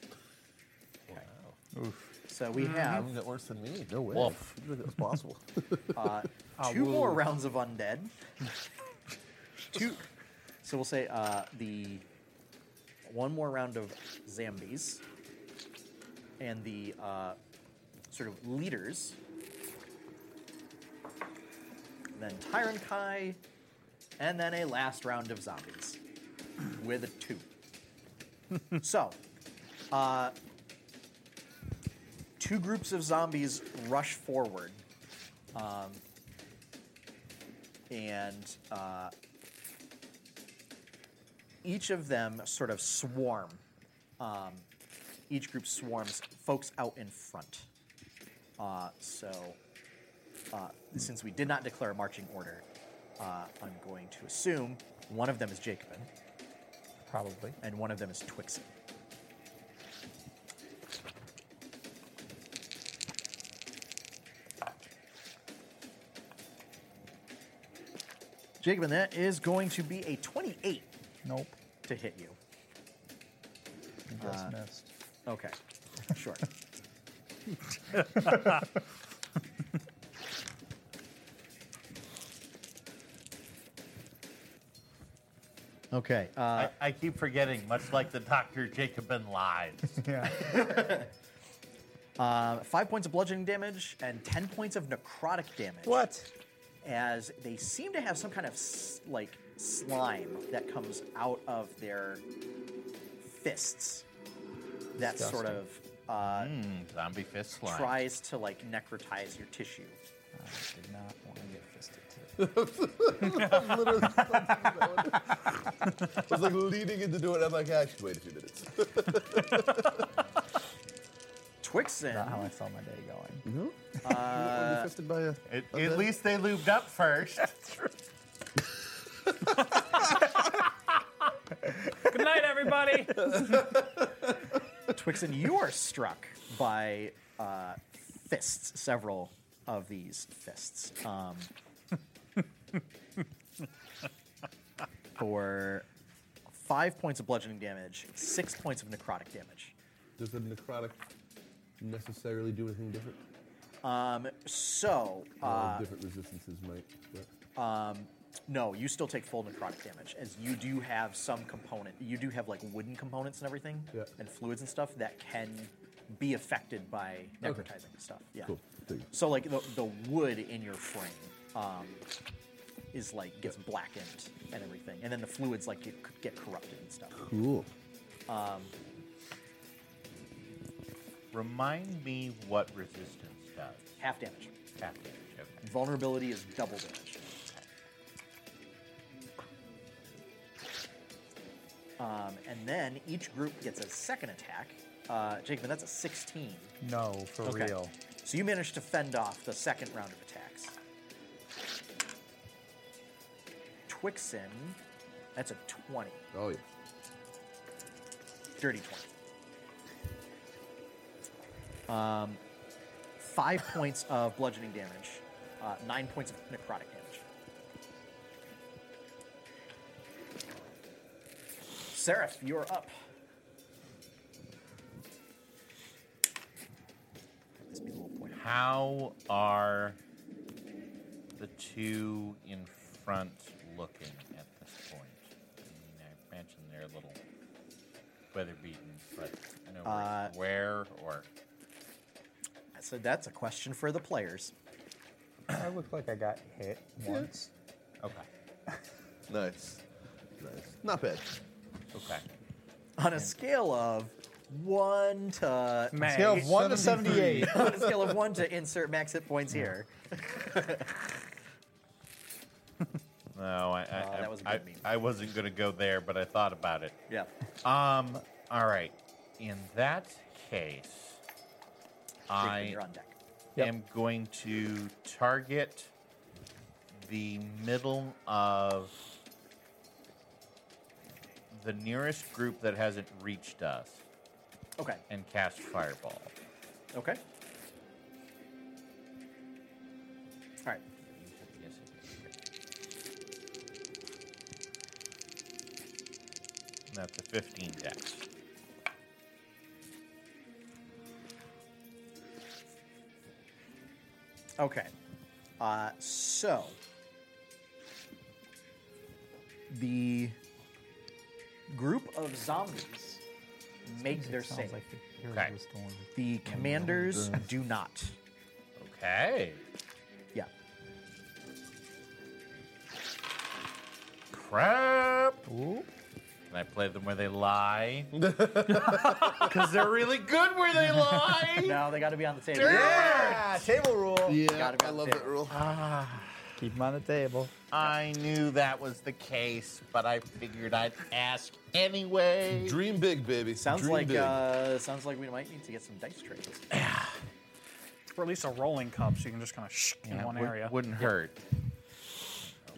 Speaker 2: Okay. So we have
Speaker 7: Is that worse than me? No way.
Speaker 6: Wolf.
Speaker 7: I didn't think that was possible.
Speaker 2: two more rounds of undead. two. So we'll say uh, the one more round of zombies, and the uh, sort of leaders. Then Tyrant Kai, and then a last round of zombies with a two. so, uh, two groups of zombies rush forward and uh, each of them sort of swarm. Um, each group swarms folks out in front. Uh, so, uh, since we did not declare a marching order, uh, I'm going to assume one of them is Jacobin
Speaker 4: Probably.
Speaker 2: and one of them is Twixen. Jacobin, that is going to be a 28
Speaker 5: Nope.
Speaker 2: to hit you.
Speaker 5: You
Speaker 4: Uh.
Speaker 5: just missed.
Speaker 2: Okay, sure. okay, uh,
Speaker 6: I, I keep forgetting, much like the Dr. Jacobin lies.
Speaker 5: Yeah.
Speaker 2: five points of bludgeoning damage and 10 points of necrotic damage.
Speaker 4: What?
Speaker 2: as they seem to have some kind of s- like slime that comes out of their fists that sort of uh,
Speaker 6: Mm, zombie fist slime.
Speaker 2: tries to like necrotize your tissue.
Speaker 4: Did not want to get fisted.
Speaker 7: Literally, I was like leaning in to do it. I'm like, I should wait a few minutes.
Speaker 2: Twixen,
Speaker 4: Not how I saw my day going.
Speaker 7: Uh, fisted by a.
Speaker 6: At, at least they lubed up first.
Speaker 3: Good night, everybody.
Speaker 2: Twixen, you are struck by uh, fists, several of these fists. Um, for five points of bludgeoning damage, six points of necrotic damage.
Speaker 7: Does the necrotic necessarily do anything different?
Speaker 2: Um, So, uh,
Speaker 7: All different resistances might. but-
Speaker 2: No, you still take full necrotic damage, as you do have some component. You do have like wooden components and everything,
Speaker 7: Yeah.
Speaker 2: and fluids and stuff that can be affected by
Speaker 7: Okay.
Speaker 2: necrotizing stuff. Yeah.
Speaker 7: Cool. Dig it.
Speaker 2: So like the, the wood in your frame um, is like gets blackened and everything, and then the fluids like get, get corrupted and stuff.
Speaker 7: Cool.
Speaker 6: Remind me what resistance does.
Speaker 2: Half damage.
Speaker 6: Tap damage, okay.
Speaker 2: Vulnerability is double damage. Um, and then each group gets a second attack. Uh, Jacob, that's a 16.
Speaker 4: No, for
Speaker 2: Okay.
Speaker 4: real.
Speaker 2: So you managed to fend off the second round of attacks. Twixen, that's a 20.
Speaker 7: Oh yeah.
Speaker 2: Dirty 20. Um, Um, five points of bludgeoning damage, uh, nine points of necrotic damage. Seraph, you're up. This be a little point.
Speaker 6: How are the two in front looking at this point? I mean, I imagine they're a little weather beaten, but I know
Speaker 2: Uh,
Speaker 6: where or.
Speaker 2: So that's a question for the players.
Speaker 4: I look like I got hit once.
Speaker 6: Okay.
Speaker 7: Nice. Nice. Not bad.
Speaker 6: Okay.
Speaker 2: On a scale of one to
Speaker 3: May.
Speaker 4: Scale of one to seventy-eight.
Speaker 2: on a scale of one to insert max hit points here.
Speaker 6: No, I, I,
Speaker 2: Uh, that
Speaker 6: I-
Speaker 2: was a
Speaker 6: I,
Speaker 2: good meme.
Speaker 6: I wasn't going to go there, but I thought about it.
Speaker 2: Yeah.
Speaker 6: Um. All right. In that case,
Speaker 2: Jacob,
Speaker 6: I
Speaker 2: you're on deck.
Speaker 6: am going to target the middle of the nearest group that hasn't reached us
Speaker 2: Okay.
Speaker 6: and cast fireball.
Speaker 2: Okay. All right.
Speaker 6: That's a 15 dex.
Speaker 2: Okay. Uh, so the group of zombies make their save.
Speaker 5: the
Speaker 6: Okay. was
Speaker 2: the commanders do not.
Speaker 6: Okay.
Speaker 2: Yeah.
Speaker 6: Crap. Can I play them where they lie? Because they're really good where they lie.
Speaker 2: No, they got to be on the table.
Speaker 6: Yeah.
Speaker 4: Table
Speaker 5: Oh,
Speaker 4: rule.
Speaker 7: Yeah,
Speaker 2: Gotta be
Speaker 7: I
Speaker 2: on the
Speaker 7: love
Speaker 2: table.
Speaker 7: that rule.
Speaker 4: Keep them on the table.
Speaker 6: Ah. I knew that was the case, but I figured I'd ask anyway.
Speaker 7: Dream big, baby.
Speaker 2: Sounds
Speaker 7: Dream
Speaker 2: like
Speaker 7: big.
Speaker 2: uh, sounds like we might need to get some dice trays.
Speaker 3: Or at least a rolling cup so you can just kind of shh in one
Speaker 6: would,
Speaker 3: area.
Speaker 6: Wouldn't hurt.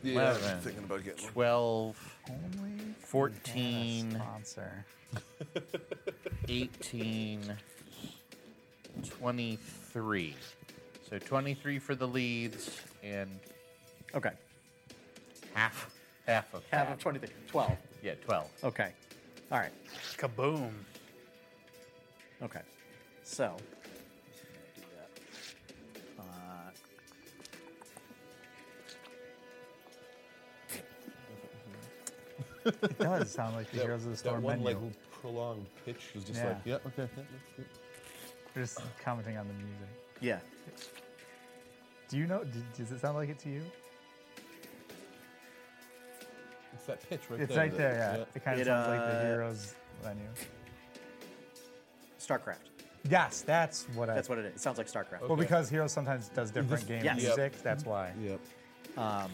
Speaker 7: yeah, I'm
Speaker 6: eleven.
Speaker 7: thinking about getting one.
Speaker 6: 12,
Speaker 5: Only
Speaker 6: 14,
Speaker 5: sponsor.
Speaker 6: 18, 23. So 23 for the leads and
Speaker 2: Okay.
Speaker 6: half half of
Speaker 2: Half
Speaker 6: that.
Speaker 2: of 23. 12.
Speaker 6: Yeah, 12.
Speaker 2: Okay. All right.
Speaker 3: Kaboom.
Speaker 2: Okay. So. Uh,
Speaker 5: It does sound like the
Speaker 7: That-
Speaker 5: Heroes of the Storm
Speaker 7: that one
Speaker 5: menu.
Speaker 7: like prolonged pitch was just
Speaker 5: Yeah.
Speaker 7: like, yeah, okay. yeah, that's good.
Speaker 5: We're just commenting on the music.
Speaker 2: yeah.
Speaker 5: Do you know? d- Does it sound like it to you?
Speaker 7: It's that pitch right
Speaker 5: It's
Speaker 7: there.
Speaker 5: right there. Yeah. It kind
Speaker 2: It,
Speaker 5: of sounds like
Speaker 2: uh,
Speaker 5: the Heroes menu.
Speaker 2: StarCraft.
Speaker 5: Yes, that's what I.
Speaker 2: That's what it is. It sounds like StarCraft.
Speaker 5: Well,
Speaker 7: Okay.
Speaker 5: because Heroes sometimes does different game
Speaker 2: Yes.
Speaker 5: music. That's why.
Speaker 7: Yep.
Speaker 2: All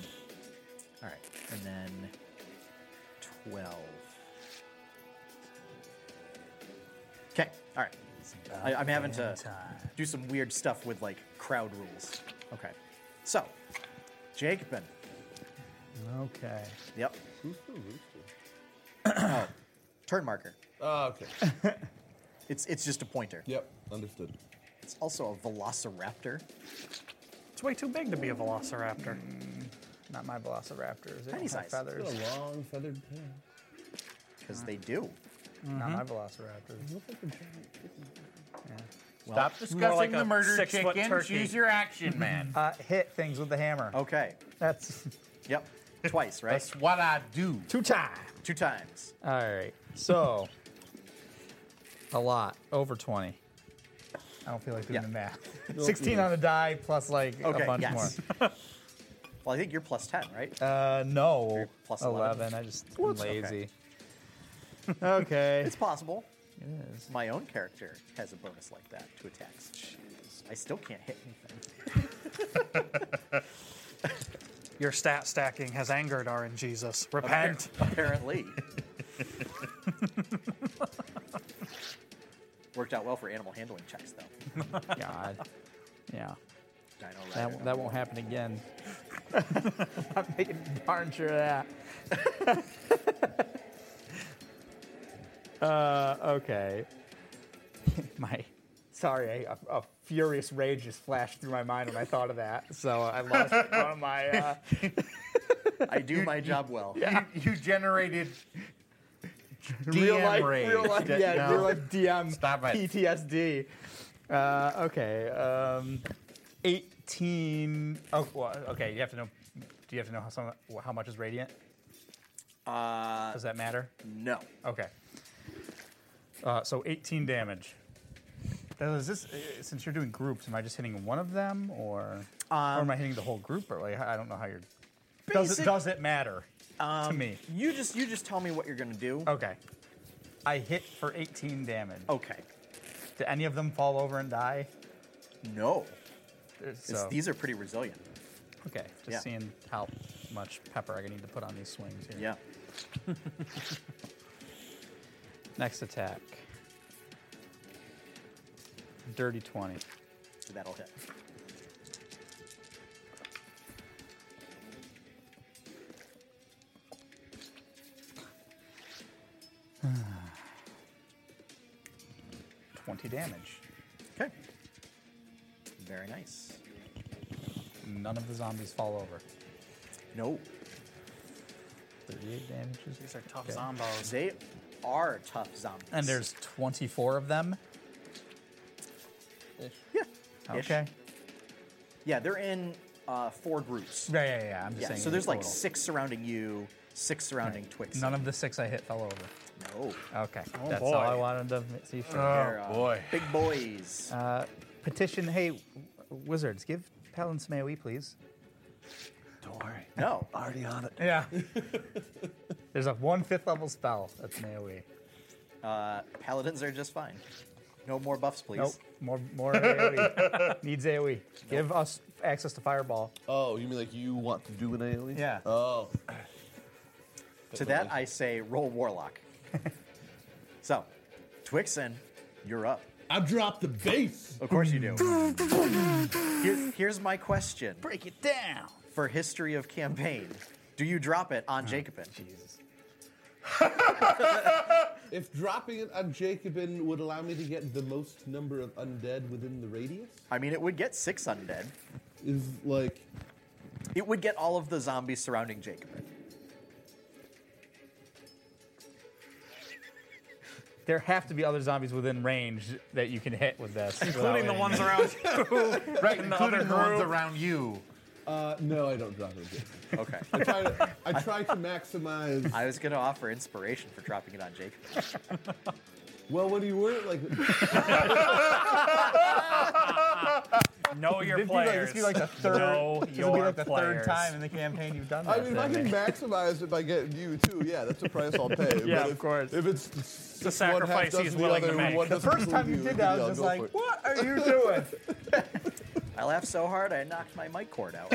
Speaker 2: right, and then twelve. Okay, all right. I, I'm having to do some weird stuff with like crowd rules. Okay, so Jacobin.
Speaker 5: Okay.
Speaker 2: Yep. oh, turn marker.
Speaker 7: Ah, okay.
Speaker 2: It's it's just a pointer.
Speaker 7: Yep. Understood.
Speaker 2: It's also a velociraptor.
Speaker 3: It's way too big to be a velociraptor.
Speaker 4: Not my velociraptors. They
Speaker 2: Tiny
Speaker 4: don't have
Speaker 2: size.
Speaker 4: feathers.
Speaker 7: Got a long feathered tail.
Speaker 2: Because they do.
Speaker 4: Not my
Speaker 2: Mm-hmm.
Speaker 4: velociraptors.
Speaker 6: Stop discussing
Speaker 3: More like
Speaker 6: the
Speaker 3: a
Speaker 6: murder
Speaker 3: six-foot
Speaker 6: chicken.
Speaker 3: turkey.
Speaker 6: Choose your action, man.
Speaker 4: Uh, hit things with the hammer.
Speaker 2: Okay.
Speaker 4: That's
Speaker 2: Yep. Twice, right?
Speaker 6: That's what I do.
Speaker 4: two times.
Speaker 2: Two times.
Speaker 4: All right. So a lot over twenty.
Speaker 5: I don't feel like doing
Speaker 2: Yeah.
Speaker 5: the math.
Speaker 4: 16 on the die plus like
Speaker 2: Okay.
Speaker 4: a bunch
Speaker 2: yes. well, I think you're plus ten, right?
Speaker 4: more. Uh, no.
Speaker 2: Plus 11.
Speaker 4: 11. I just am lazy. Okay.
Speaker 2: It's possible.
Speaker 4: It is.
Speaker 2: My own character has a bonus like that to attacks. I still can't hit anything.
Speaker 3: Your stat stacking has angered RNGesus. Repent.
Speaker 2: Apparently. Worked out well for animal handling checks, though.
Speaker 4: God. Yeah.
Speaker 2: Dino
Speaker 4: That,
Speaker 2: rider.
Speaker 4: that won't happen again. I'm making darn sure of that. uh, okay. my, sorry, a, a furious rage just flashed through my mind when I thought of that. So I lost one of my. Uh,
Speaker 2: I do my job well.
Speaker 6: You, you generated DM
Speaker 4: real life,
Speaker 6: rage.
Speaker 4: real life,
Speaker 6: That-
Speaker 4: yeah,
Speaker 6: no.
Speaker 4: real life DM
Speaker 6: Stop it.
Speaker 4: PTSD. Uh, okay, um, eighteen.
Speaker 5: Oh, well, okay. You have to know. Do you have to know how some, how much is radiant?
Speaker 2: Uh,
Speaker 5: Does that matter?
Speaker 2: no.
Speaker 5: Okay. Uh, so 18 damage. Now, is this uh, since you're doing groups? Am I just hitting one of them, or or am I hitting the whole group? Or like, I don't know how you're. Does it
Speaker 2: Um, Basic- um,
Speaker 5: does it matter to me?
Speaker 2: You just you just tell me what you're gonna do.
Speaker 5: Okay. I hit for 18 damage.
Speaker 4: Oh.
Speaker 2: Okay.
Speaker 5: Did any of them fall over and die?
Speaker 2: No.
Speaker 5: There's-
Speaker 2: It's-
Speaker 5: So,
Speaker 2: These are pretty resilient.
Speaker 5: okay, just
Speaker 2: yeah.
Speaker 5: seeing how much pepper I need to put on these swings here.
Speaker 2: Yeah.
Speaker 4: Next attack. Dirty twenty.
Speaker 2: So that'll hit.
Speaker 5: Yeah. 20 damage.
Speaker 2: Okay. Very nice.
Speaker 5: None of the zombies fall over.
Speaker 2: No.
Speaker 4: Thirty-eight damages.
Speaker 3: These are tough zombos.
Speaker 2: They are tough zombies.
Speaker 5: And there's 24 of them.
Speaker 2: yeah, ish.
Speaker 5: Okay.
Speaker 2: yeah, they're in uh, four groups.
Speaker 5: Yeah, yeah, yeah. I'm just
Speaker 2: Yeah,
Speaker 5: saying.
Speaker 2: so
Speaker 5: in
Speaker 2: there's like
Speaker 5: total.
Speaker 2: six surrounding you, six surrounding Twix.
Speaker 5: None of the six I hit fell over.
Speaker 2: no,
Speaker 5: Okay. That's
Speaker 3: boy.
Speaker 5: all I wanted to m- see. For
Speaker 2: They're, Oh, uh,
Speaker 6: boy.
Speaker 2: big boys.
Speaker 5: Uh, Petition, hey, w- wizards, give Palin some AoE, please.
Speaker 7: Don't worry.
Speaker 2: no,
Speaker 7: Already on it.
Speaker 5: Yeah. There's a one fifth level spell that's an AoE.
Speaker 2: paladins are just fine. No more buffs, please.
Speaker 5: Nope. More, more AoE. Needs AoE. Give us access to Fireball.
Speaker 7: Oh, you mean like you want to do an AoE?
Speaker 5: Yeah.
Speaker 7: Oh.
Speaker 2: To that, I say roll warlock. so, Twixen, you're up.
Speaker 7: I dropped the base.
Speaker 2: Of course you do. Here- here's my question
Speaker 5: Break it down.
Speaker 2: for history of campaign: Do you drop it on Jacobin?
Speaker 7: If dropping it on Jacobin would allow me to get the most number of undead within the radius,
Speaker 2: I mean, it would get six undead.
Speaker 7: is like
Speaker 2: It would get all of the zombies surrounding Jacobin.
Speaker 5: There have to be other zombies within range that you can hit with this.
Speaker 3: Including the ones around you.
Speaker 6: Right,
Speaker 3: the other
Speaker 6: including the ones
Speaker 3: group.
Speaker 6: around you.
Speaker 7: uh, no, I don't drop it. On Jacobin.
Speaker 2: Okay.
Speaker 7: I try to, I try to maximize.
Speaker 2: I was going to offer inspiration for dropping it on Jacobin.
Speaker 7: Well, when you were like,
Speaker 3: know your
Speaker 5: This be like-
Speaker 3: players.
Speaker 5: this be like the third-
Speaker 3: know
Speaker 5: This
Speaker 3: your
Speaker 5: will be like the
Speaker 3: players.
Speaker 5: third time in the campaign you've done this.
Speaker 7: I mean, if I can maximize it by getting you too, yeah, that's a price I'll pay.
Speaker 5: Yeah,
Speaker 7: But
Speaker 5: of
Speaker 7: if,
Speaker 5: course.
Speaker 7: If it's the
Speaker 3: sacrifice he's willing to make.
Speaker 5: the first time you did that, I was just like, what are you doing?
Speaker 2: I laughed so hard I knocked my mic cord out.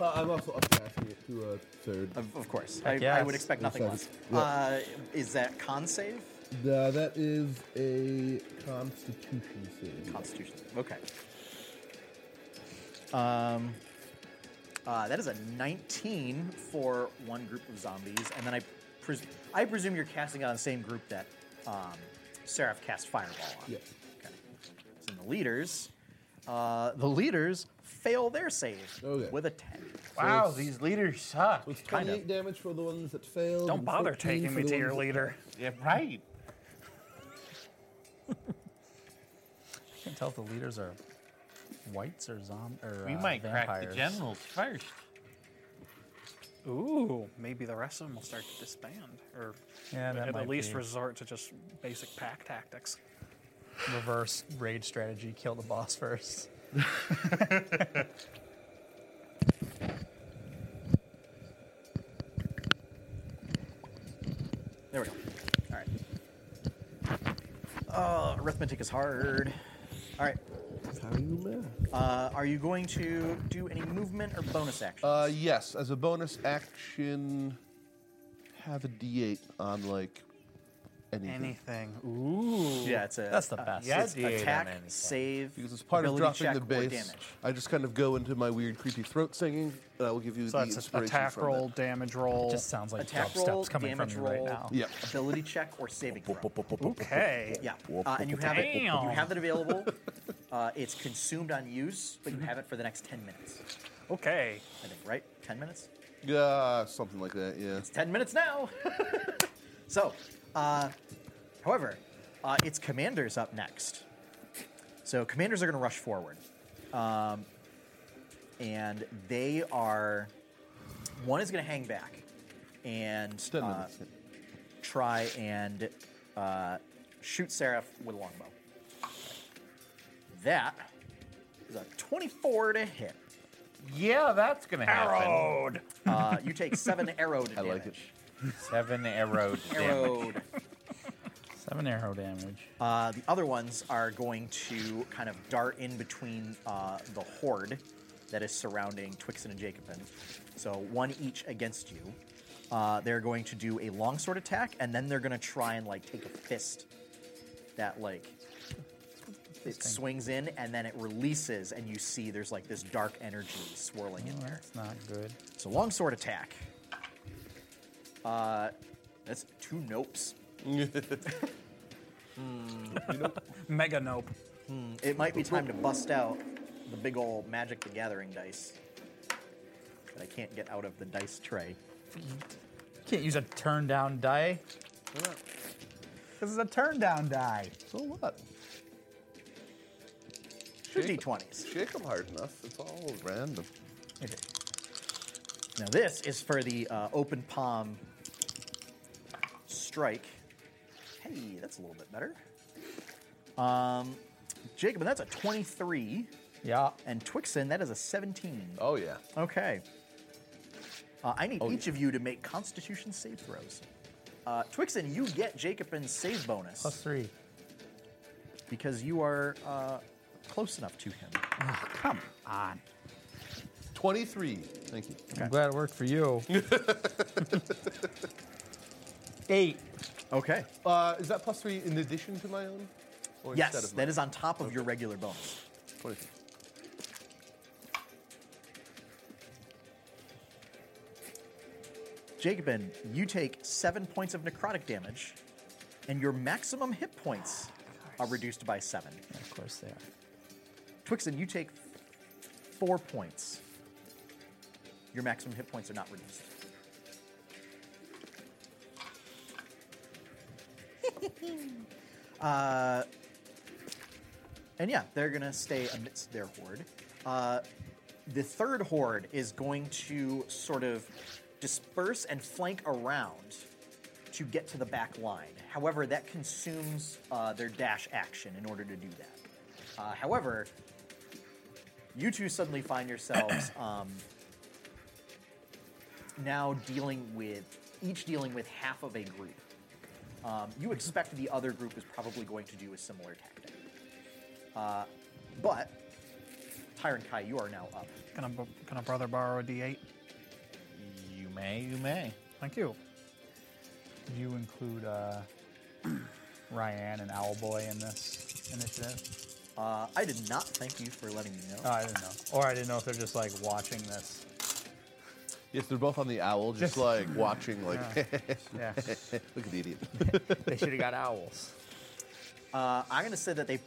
Speaker 7: Uh, I'm also upcasting it to a third.
Speaker 2: of, of course. I, I
Speaker 5: yes.
Speaker 2: would expect nothing less.
Speaker 7: Exactly. Yeah.
Speaker 2: Uh, is that con save?
Speaker 7: Uh, that is a Constitution save.
Speaker 2: Constitution. Okay. Um, uh, that is a 19 for one group of zombies, and then I, pres- I presume you're casting it on the same group that um, Seraph cast Fireball on.
Speaker 7: Yeah.
Speaker 2: Okay. So the leaders, uh, the leaders fail their save
Speaker 7: Okay.
Speaker 2: with a 10.
Speaker 6: Wow, these leaders suck.
Speaker 7: It's
Speaker 2: Kind of.
Speaker 7: 28 damage for the ones that failed.
Speaker 3: Don't
Speaker 7: and
Speaker 3: bother
Speaker 7: 14
Speaker 3: taking
Speaker 7: for
Speaker 3: me
Speaker 7: the
Speaker 3: to
Speaker 7: ones
Speaker 3: your
Speaker 7: that-
Speaker 3: leader.
Speaker 6: Yeah, right.
Speaker 5: I can tell if the leaders are whites or zom or
Speaker 6: We
Speaker 5: uh,
Speaker 6: might crack the
Speaker 5: vampires.
Speaker 6: generals first.
Speaker 3: Ooh, maybe the rest of them will start to disband, or
Speaker 5: Yeah, that
Speaker 3: at the
Speaker 5: might
Speaker 3: least
Speaker 5: be.
Speaker 3: resort to just basic pack tactics.
Speaker 5: Reverse raid strategy. Kill the boss first.
Speaker 2: There we go. All right. Uh, arithmetic is hard. All right.
Speaker 7: How do you math?
Speaker 2: Uh, are you going to do any movement or bonus action?
Speaker 7: Uh, yes, as a bonus action, have a D8 on like anything.
Speaker 3: Anything. Ooh.
Speaker 2: yeah, it's a
Speaker 5: That's the
Speaker 2: uh,
Speaker 5: best.
Speaker 3: yeah,
Speaker 5: It's-
Speaker 3: dude.
Speaker 5: it's-
Speaker 2: attack,
Speaker 6: anything.
Speaker 2: save,
Speaker 7: Because it's part of
Speaker 2: ability
Speaker 7: dropping
Speaker 2: check,
Speaker 7: the
Speaker 2: or
Speaker 7: base.
Speaker 2: damage.
Speaker 7: I just kind of go into my weird, creepy throat singing, and I will give you
Speaker 3: So
Speaker 7: the
Speaker 3: that's an
Speaker 7: inspiration
Speaker 3: attack
Speaker 7: from
Speaker 3: roll,
Speaker 7: that.
Speaker 3: damage roll.
Speaker 5: Just sounds like
Speaker 2: Attack
Speaker 5: dubstep's
Speaker 2: roll,
Speaker 5: coming from
Speaker 2: damage
Speaker 5: you
Speaker 2: roll,
Speaker 5: right now.
Speaker 7: Yeah.
Speaker 2: ability check, or saving throw.
Speaker 3: okay.
Speaker 2: Yeah, uh, and you have it. You
Speaker 3: Damn.
Speaker 2: have it available. Uh, it's consumed on use, but you have it for the next ten minutes.
Speaker 3: Okay.
Speaker 2: I think, right? Ten minutes.
Speaker 7: Yeah, something like that. Yeah.
Speaker 2: It's ten minutes now. so, uh, however, uh, it's commanders up next. So commanders are going to rush forward, um, and they are. One is going to hang back, and
Speaker 7: Ten
Speaker 2: uh,
Speaker 7: minutes.
Speaker 2: try and uh, shoot Seraph with a longbow. That is a 24 to hit.
Speaker 6: Yeah, that's gonna happen.
Speaker 3: Arrowed.
Speaker 2: Uh, you take seven arrowed damage.
Speaker 7: I like it.
Speaker 6: Seven arrowed damage.
Speaker 2: Arrowed.
Speaker 5: Seven arrow damage.
Speaker 2: Uh, the other ones are going to kind of dart in between uh, the horde that is surrounding Twixen and Jacobin. So one each against you. Uh, they're going to do a longsword attack, and then they're going to try and like take a fist that like it swings in, and then it releases, and you see there's like this dark energy swirling in there.
Speaker 5: That's not good.
Speaker 2: So longsword attack. Uh, that's two nopes.
Speaker 3: Mega nope.
Speaker 2: It might be time to bust out the big old Magic the Gathering dice that I can't get out of the dice tray.
Speaker 5: Can't use a turn down die. This is a turn down die.
Speaker 4: So what?
Speaker 2: Two d20s.
Speaker 7: Shake them hard enough. It's all random.
Speaker 2: Now this is for the uh, open palm strike. Hey, that's a little bit better. Um, Jacob, and that's a 23,
Speaker 5: Yeah.
Speaker 2: and Twixen, that is a 17.
Speaker 7: Oh yeah.
Speaker 2: Okay. Uh, I need each of you to make Constitution save throws. Uh, Twixen, you get Jacobin's save bonus
Speaker 5: Plus three.
Speaker 2: because you are uh, close enough to him.
Speaker 5: Oh, come on.
Speaker 7: Twenty-three. Thank you.
Speaker 5: I'm glad it worked for you. Eight.
Speaker 2: Okay.
Speaker 7: Uh, is that plus three in addition to my own? Or instead
Speaker 2: Yes,
Speaker 7: of
Speaker 2: that
Speaker 7: mine?
Speaker 2: is on top of your regular bonus.
Speaker 7: 23.
Speaker 2: Jacobin, you take seven points of necrotic damage, and your maximum hit points are reduced by seven.
Speaker 5: Of course they are.
Speaker 2: Twixen, you take four points. Your maximum hit points are not reduced. uh, and yeah, they're gonna stay amidst their horde. Uh, the third horde is going to sort of disperse and flank around to get to the back line. However, that consumes uh, their dash action in order to do that. Uh, however, you two suddenly find yourselves um, now dealing with each dealing with half of a group. Um, you expect the other group is probably going to do a similar tactic, uh, but Tyrant Kai, you are now up.
Speaker 3: Can I, bo- can a brother borrow a D8?
Speaker 6: You may, you may.
Speaker 3: Thank you.
Speaker 5: Did you include uh, Ryan and Owlboy in this initiative?
Speaker 2: Uh, I did not thank you for letting me know.
Speaker 5: Oh, I didn't know. Or I didn't know if they're just like watching this.
Speaker 7: Yes, they're both on the owl, just,
Speaker 5: Just-
Speaker 7: like watching, like
Speaker 5: Yeah.
Speaker 7: look at the idiot.
Speaker 4: They should have got owls.
Speaker 2: Uh, I'm going to say that they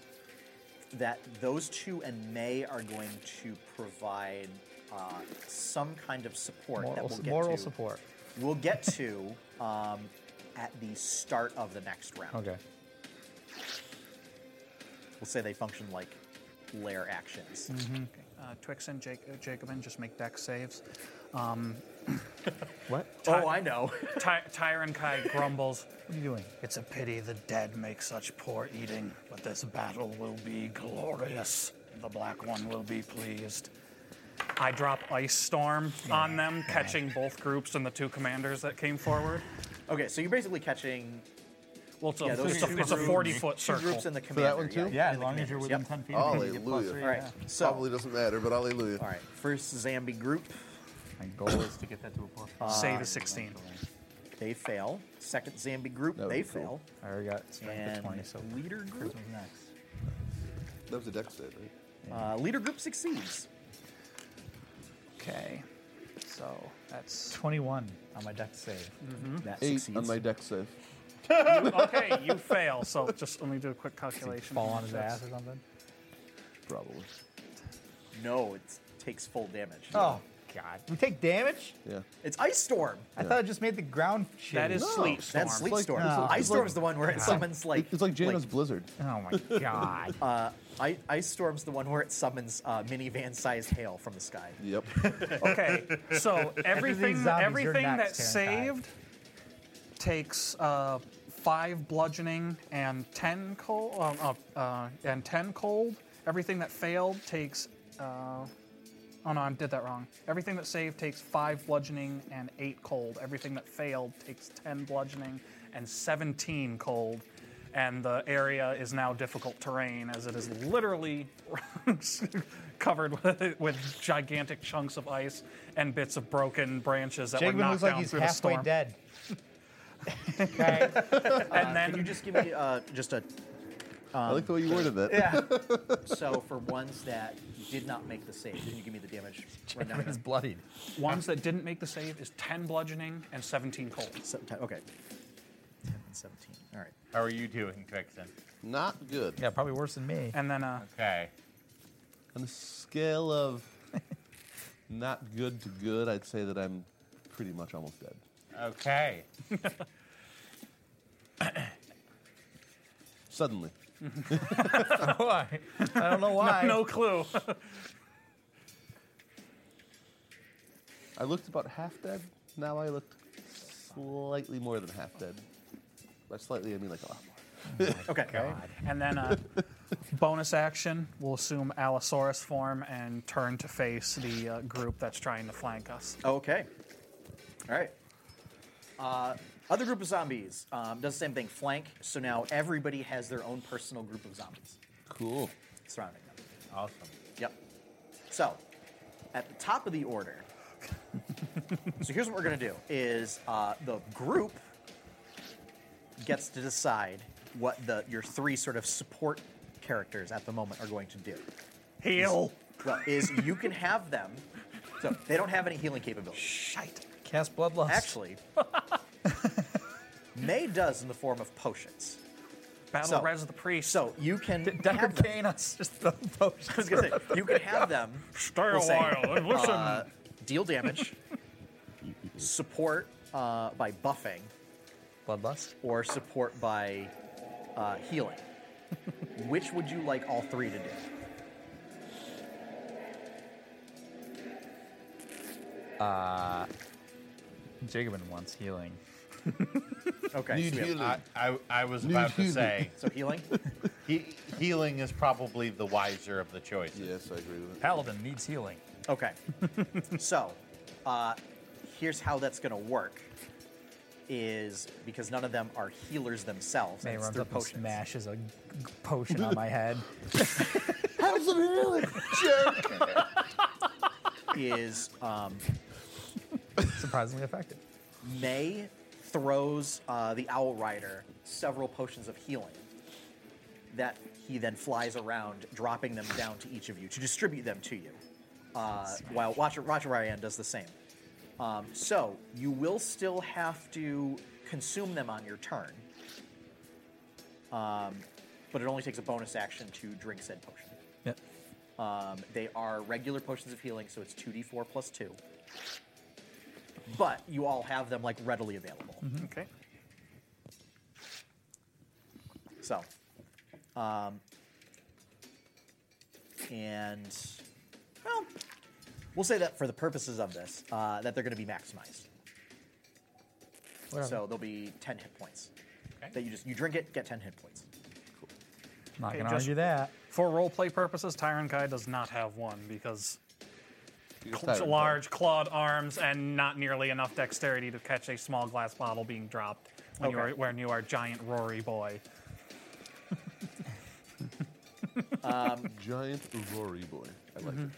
Speaker 2: that those two and May are going to provide uh, some kind of support that
Speaker 5: moral
Speaker 2: we'll get
Speaker 5: moral
Speaker 2: to.
Speaker 5: support.
Speaker 2: We'll get to um, at the start of the next round.
Speaker 5: Okay.
Speaker 2: We'll say they function like lair actions.
Speaker 3: Uh, Twix and Jake, uh, Jacobin just make deck saves. Um,
Speaker 5: What?
Speaker 2: Oh, I know.
Speaker 3: Ty- Tyron Kai grumbles.
Speaker 5: What are you doing?
Speaker 3: It's a pity the dead make such poor eating, but this battle will be glorious. The Black One will be pleased. I drop Ice Storm on them, catching both groups and the two commanders that came forward.
Speaker 2: okay, so you're basically catching
Speaker 3: Well, it's a,
Speaker 2: yeah, those
Speaker 3: it's a-
Speaker 2: two
Speaker 3: it's a
Speaker 2: groups-
Speaker 3: 40 foot
Speaker 2: two
Speaker 3: circle.
Speaker 2: groups in the commander.
Speaker 7: that one
Speaker 2: Yeah,
Speaker 7: too?
Speaker 5: Yeah,
Speaker 2: in
Speaker 5: as
Speaker 2: the
Speaker 5: long as you're
Speaker 2: commanders,
Speaker 5: within
Speaker 2: yep.
Speaker 5: 10 feet, of me, you get plus
Speaker 7: Hallelujah.
Speaker 5: three.
Speaker 2: All right.
Speaker 5: yeah.
Speaker 2: So,
Speaker 7: Probably doesn't matter, but hallelujah.
Speaker 2: all right. First Zambi group,
Speaker 5: My goal is to get that to a plus.
Speaker 3: Save is 16.
Speaker 2: they fail. Second Zambi group,
Speaker 7: would
Speaker 2: they
Speaker 7: be cool.
Speaker 2: fail.
Speaker 5: I already got strength
Speaker 2: And
Speaker 5: of 20, so
Speaker 2: leader group,
Speaker 5: who's next?
Speaker 7: That was a deck save, right?
Speaker 2: uh, leader group succeeds.
Speaker 3: Okay. So that's.
Speaker 5: 21 on my deck save.
Speaker 2: That
Speaker 7: Hmm. Eight
Speaker 2: succeeds.
Speaker 7: on my deck save.
Speaker 3: okay, you fail. So just let me do a quick calculation.
Speaker 5: Fall on his ass or something?
Speaker 7: Probably.
Speaker 2: No, it takes full damage.
Speaker 4: Oh God, we take damage.
Speaker 7: Yeah.
Speaker 2: It's ice storm.
Speaker 4: I thought it just made the ground. Shake.
Speaker 3: That is
Speaker 7: No,
Speaker 3: sleep storm.
Speaker 2: That's sleep
Speaker 7: like-
Speaker 2: storm.
Speaker 7: it's like-
Speaker 2: ice
Speaker 7: it's
Speaker 2: storm's
Speaker 7: like-
Speaker 2: the one where it summons like
Speaker 7: it's like Jano's
Speaker 2: like,
Speaker 7: Blizzard.
Speaker 5: Oh my god.
Speaker 2: Uh, I, ice storm's the one where it summons uh, minivan-sized hail from the sky.
Speaker 7: Yep.
Speaker 3: Okay, so everything
Speaker 5: zombies, you're
Speaker 3: everything
Speaker 5: next,
Speaker 3: that's
Speaker 5: Karen
Speaker 3: saved takes uh, five bludgeoning and ten cold um, uh, uh, and ten cold. Everything that failed takes. Uh, oh no, I did that wrong. Everything that saved takes five bludgeoning and eight cold. Everything that failed takes ten bludgeoning and seventeen cold. And the area is now difficult terrain as it is literally covered with, with gigantic chunks of ice and bits of broken branches that were
Speaker 4: Jacobin
Speaker 3: knocked
Speaker 4: looks like
Speaker 3: down
Speaker 4: he's
Speaker 3: through the
Speaker 4: halfway
Speaker 3: storm.
Speaker 4: dead. okay.
Speaker 3: And then
Speaker 2: Can you just give me uh, just a
Speaker 7: I like the way
Speaker 2: Um,
Speaker 7: you worded that.
Speaker 4: Yeah.
Speaker 2: so for ones that did not make the save? Can you give me the damage? rundown
Speaker 4: It's
Speaker 2: again?
Speaker 4: bloodied.
Speaker 3: Ones that didn't make the save is 10 bludgeoning and 17 cold.
Speaker 2: Seven- ten- okay, ten and seventeen. All right.
Speaker 6: How are you doing, Twixen?
Speaker 7: Not good.
Speaker 5: Yeah, probably worse than me.
Speaker 3: And then, uh,
Speaker 6: Okay.
Speaker 7: On a scale of not good to good, I'd say that I'm pretty much almost dead.
Speaker 6: Okay.
Speaker 7: Suddenly.
Speaker 5: why? I don't know why.
Speaker 3: No clue.
Speaker 7: I looked about half dead. Now I look slightly more than half dead. By slightly, I mean like a lot more.
Speaker 2: Okay.
Speaker 3: and then uh, bonus action, we'll assume Allosaurus form and turn to face the uh, group that's trying to flank us.
Speaker 2: Okay. All right. Uh, other group of zombies um, does the same thing. Flank. So now everybody has their own personal group of zombies
Speaker 7: Cool.
Speaker 2: surrounding them.
Speaker 6: Awesome.
Speaker 2: Yep. So, at the top of the order. so here's what we're gonna do: is uh, the group gets to decide what the your three sort of support characters at the moment are going to do.
Speaker 3: Heal.
Speaker 2: Well, is you can have them. So they don't have any healing capabilities.
Speaker 5: Shite. Cast bloodlust.
Speaker 2: Actually, May does in the form of potions.
Speaker 3: Battle
Speaker 2: So-
Speaker 3: Res of the Priest.
Speaker 2: So you can
Speaker 5: Decker
Speaker 2: have them.
Speaker 5: Kane us just the
Speaker 2: I was
Speaker 5: potions.
Speaker 2: gonna say you can have them.
Speaker 3: Stay
Speaker 2: we'll
Speaker 3: a
Speaker 2: say,
Speaker 3: while and listen.
Speaker 2: uh, deal damage. support uh, by buffing
Speaker 5: bloodlust.
Speaker 2: or support by uh, healing. Which would you like all three to do?
Speaker 5: Jacobin wants healing.
Speaker 2: Okay. so,
Speaker 7: Need
Speaker 2: we have-
Speaker 7: healing.
Speaker 6: I, I, I was
Speaker 7: Need
Speaker 6: about to
Speaker 7: healing.
Speaker 6: say,
Speaker 2: so healing.
Speaker 6: he, healing is probably the wiser of the choices.
Speaker 7: Yes, I agree with it.
Speaker 5: Paladin needs healing.
Speaker 2: Okay. so, uh, here's how that's gonna work. Is because none of them are healers themselves.
Speaker 5: May
Speaker 2: and it's
Speaker 5: runs
Speaker 2: through
Speaker 5: up
Speaker 2: potions.
Speaker 5: and smashes a g- potion on my head.
Speaker 7: Have some healing, jerk.
Speaker 2: Is um,
Speaker 5: Surprisingly effective.
Speaker 2: May throws uh, the Owl Rider several potions of healing that he then flies around, dropping them down to each of you to distribute them to you. Uh, while Watcher, Watcher Ryan does the same. Um, so you will still have to consume them on your turn, um, but it only takes a bonus action to drink said potion.
Speaker 5: Yep.
Speaker 2: Um, they are regular potions of healing, so it's 2d4 plus 2. But you all have them like readily available.
Speaker 3: okay.
Speaker 2: So, um, and well, we'll say that for the purposes of this, uh, that they're going to be maximized. So there'll be 10 hit points. That you just you drink it, get 10 hit points.
Speaker 5: Not
Speaker 3: Okay,
Speaker 5: gonna
Speaker 3: just-
Speaker 5: argue that.
Speaker 3: For roleplay purposes, Tyrant Kai does not have one because
Speaker 7: You're
Speaker 3: cl-
Speaker 7: tired,
Speaker 3: large clawed arms and not nearly enough dexterity to catch a small glass bottle being dropped when you
Speaker 2: Okay.
Speaker 3: are when you are giant Rory boy.
Speaker 7: but Giant Rory boy. I like it.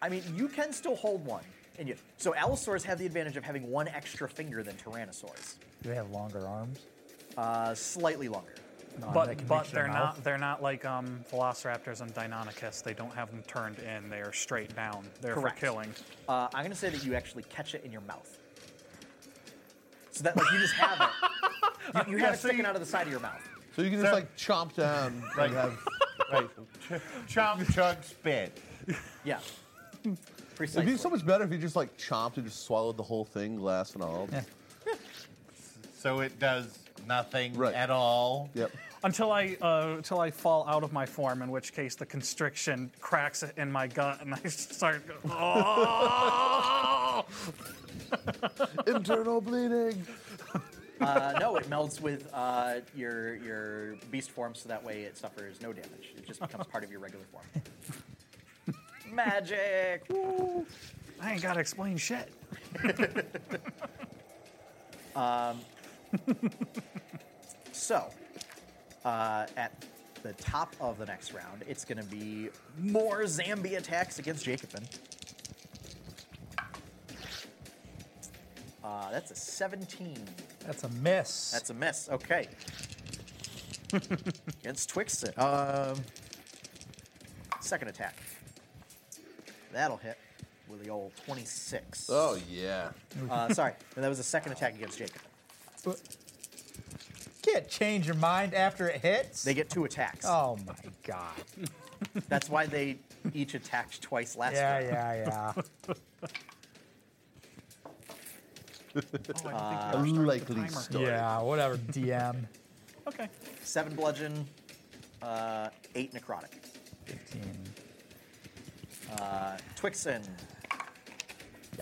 Speaker 2: I mean, you can still hold one. And you, so Allosaurs have the advantage of having one extra finger than Tyrannosaurs,
Speaker 5: Do they have longer arms?
Speaker 2: uh, slightly longer.
Speaker 5: No, they
Speaker 3: but
Speaker 5: can
Speaker 3: but
Speaker 5: reach their
Speaker 3: they're
Speaker 5: mouth.
Speaker 3: not they're not like um, Velociraptors and Deinonychus. They don't have them turned in. They are straight down. They're
Speaker 2: Correct.
Speaker 3: for killing.
Speaker 2: Uh, I'm gonna say that you actually catch it in your mouth. So that like you just have it. You, you have it sticking out of the side of your mouth.
Speaker 7: So you can just like chomp down
Speaker 6: Like-
Speaker 7: and have.
Speaker 6: Like, chomp, chug, spit.
Speaker 2: Yeah.
Speaker 7: It'd
Speaker 2: Precisely.
Speaker 7: be so much better if you just like chomped and just swallowed the whole thing, glass and all.
Speaker 5: Yeah.
Speaker 6: So it does nothing
Speaker 7: Right.
Speaker 6: at all.
Speaker 7: Yep.
Speaker 3: Until I uh, until I fall out of my form, in which case the constriction cracks it in my gut and I start. go- Oh!
Speaker 7: Internal bleeding.
Speaker 2: uh, no, it melds with uh, your your beast form, so that way it suffers no damage. It just becomes part of your regular form. Magic. Woo.
Speaker 3: I ain't gotta explain shit. Oh,
Speaker 2: So, uh, at the top of the next round, it's going to be more Zambi attacks against Jacobin. Uh, that's a 17.
Speaker 5: That's a miss.
Speaker 2: That's a miss. Okay. against Twixen. Um, second attack. That'll hit with the old 26.
Speaker 7: Oh yeah.
Speaker 2: Uh, sorry. No, that was a second attack against Jacobin.
Speaker 5: Can't change your mind after it hits.
Speaker 2: They get two attacks.
Speaker 5: oh my god.
Speaker 2: That's why they each attacked twice last
Speaker 5: Yeah,
Speaker 2: round.
Speaker 5: yeah, yeah. Uh,
Speaker 3: Oh, I
Speaker 7: A
Speaker 3: didn't think you ever started the
Speaker 7: likely
Speaker 3: timer.
Speaker 7: story.
Speaker 5: Yeah, whatever. DM.
Speaker 3: Okay.
Speaker 2: Seven bludgeon, uh, eight necrotic.
Speaker 5: 15.
Speaker 2: Uh, Twixen,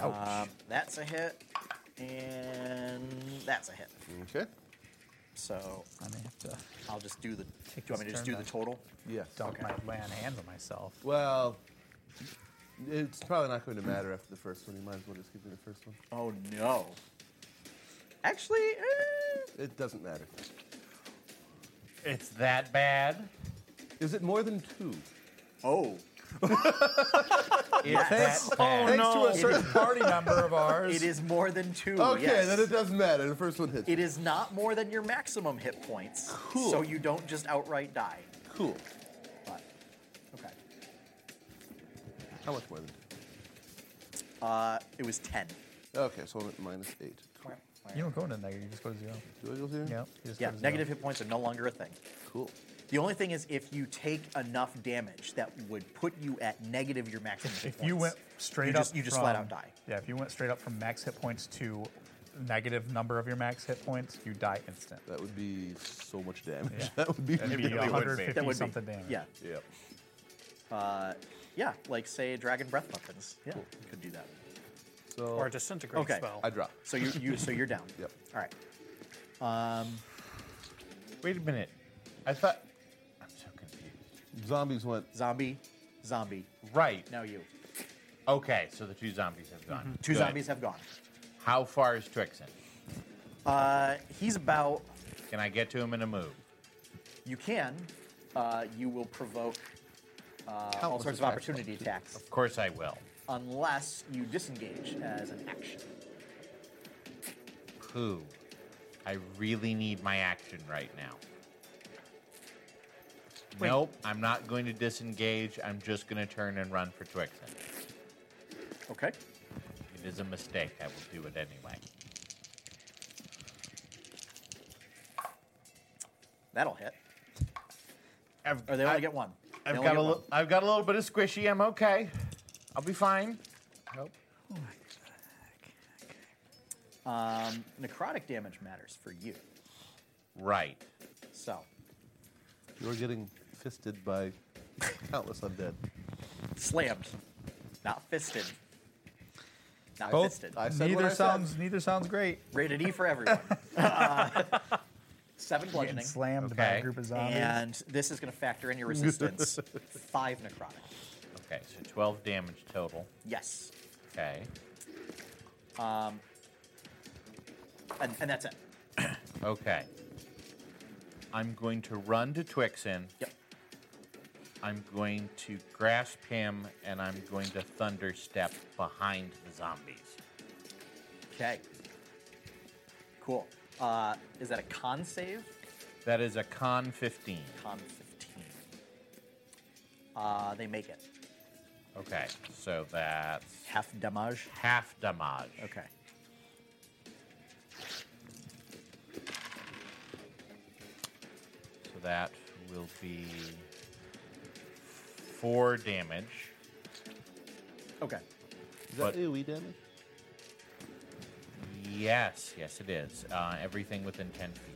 Speaker 5: Ouch.
Speaker 2: uh, that's a hit, and that's a hit.
Speaker 7: Okay.
Speaker 2: So
Speaker 5: I may have to
Speaker 2: I'll just do the. Do you
Speaker 5: Take
Speaker 2: want me to
Speaker 5: this
Speaker 2: just do
Speaker 5: turn
Speaker 2: the
Speaker 5: back.
Speaker 2: total?
Speaker 7: Yes.
Speaker 5: dunk my land hands on myself.
Speaker 7: Well, it's probably not going to matter after the first one. You might as well just give me the first one.
Speaker 2: Oh no. Actually, eh,
Speaker 7: It doesn't matter.
Speaker 6: It's that bad.
Speaker 7: Is it more than two?
Speaker 2: oh,
Speaker 6: It's
Speaker 5: Thanks, Oh,
Speaker 6: that bad.
Speaker 5: thanks to a certain party member of ours.
Speaker 2: it is more than two.
Speaker 7: Okay,
Speaker 2: yes.
Speaker 7: then it doesn't matter. The first one hits.
Speaker 2: It is not more than your maximum hit points, so
Speaker 7: Cool.
Speaker 2: you don't just outright die.
Speaker 7: cool.
Speaker 2: But okay,
Speaker 7: How much more than two?
Speaker 2: uh, it was ten.
Speaker 7: Okay, so I'm at minus eight.
Speaker 5: You don't go into negative. You just go to zero.
Speaker 7: Do I go zero?
Speaker 5: Yep. you just go
Speaker 2: Yeah,
Speaker 5: to zero.
Speaker 2: negative hit points are no longer a thing.
Speaker 7: Cool.
Speaker 2: The only thing is if you take enough damage that would put you at negative your maximum hit
Speaker 5: If
Speaker 2: points.
Speaker 5: you went straight
Speaker 2: you
Speaker 5: up,
Speaker 2: just, you just
Speaker 5: from-
Speaker 2: flat out die.
Speaker 5: Yeah, if you went straight up from max hit points to negative number of your max hit points, you die instant.
Speaker 7: That would be so much damage.
Speaker 5: Yeah.
Speaker 7: That would be.
Speaker 5: It'd be
Speaker 6: really would be.
Speaker 5: 150
Speaker 2: That would be-
Speaker 5: something damage.
Speaker 2: Yeah,
Speaker 7: Yeah.
Speaker 2: uh, yeah, like say dragon breath weapons. Yeah, you could do that.
Speaker 7: So
Speaker 3: Or a disintegrate
Speaker 2: Okay.
Speaker 3: spell.
Speaker 7: I drop.
Speaker 2: So you, you so you're down.
Speaker 7: Yep.
Speaker 2: All right.
Speaker 6: Wait a minute. I thought. I'm so confused.
Speaker 7: Zombies went.
Speaker 2: Zombie, zombie.
Speaker 6: Right.
Speaker 2: Now you.
Speaker 6: Okay, so the two zombies have gone.
Speaker 2: Mm-hmm. Two
Speaker 6: Good.
Speaker 2: zombies have gone.
Speaker 6: How far is Twixen?
Speaker 2: Uh, he's about.
Speaker 6: Can I get to him in a move?
Speaker 2: You can. Uh, you will provoke uh, all
Speaker 7: Countless
Speaker 2: sorts of
Speaker 7: attacks.
Speaker 2: opportunity attacks
Speaker 6: Of course I will.
Speaker 2: unless you disengage as an action.
Speaker 6: Pooh. I really need my action right now.
Speaker 3: Wait.
Speaker 6: Nope, I'm not going to disengage. I'm just going to turn and run for Twixen.
Speaker 2: Okay.
Speaker 6: It is a mistake. I will do it anyway.
Speaker 2: That'll hit.
Speaker 6: I've,
Speaker 2: Or they only get one. They
Speaker 6: I've
Speaker 2: only
Speaker 6: got, a
Speaker 2: get
Speaker 6: li-
Speaker 2: one.
Speaker 6: I've got a little bit of squishy. I'm okay. I'll be fine. Nope.
Speaker 2: Um, necrotic damage matters for you.
Speaker 6: Right.
Speaker 2: So,
Speaker 7: You're getting fisted by countless undead.
Speaker 2: slammed, not fisted. Not
Speaker 5: Both-
Speaker 2: fisted.
Speaker 7: I said what I
Speaker 5: Neither
Speaker 7: said.
Speaker 5: sounds neither sounds great.
Speaker 2: Rated E for everyone. uh, seven
Speaker 5: Getting
Speaker 2: bludgeoning.
Speaker 5: slammed by
Speaker 6: Okay.
Speaker 5: a group of zombies.
Speaker 2: And this is going to factor in your resistance. Five necrotic.
Speaker 6: Okay, so 12 damage total.
Speaker 2: Yes.
Speaker 6: Okay.
Speaker 2: And, and that's it.
Speaker 6: Okay. I'm going to run to Twixen.
Speaker 2: Yep.
Speaker 6: I'm going to grasp him, and I'm going to thunder step behind the zombies.
Speaker 2: Okay. Cool. Uh, is that a con save?
Speaker 6: That is a con 15.
Speaker 2: Con 15. Uh, they make it.
Speaker 6: Okay, so that's
Speaker 2: Half damage.
Speaker 6: half damage.
Speaker 2: Okay.
Speaker 6: So that will be four damage.
Speaker 2: Okay.
Speaker 7: Is
Speaker 6: But-
Speaker 7: that AoE damage?
Speaker 6: Yes, yes, it is. Uh, everything within 10 feet.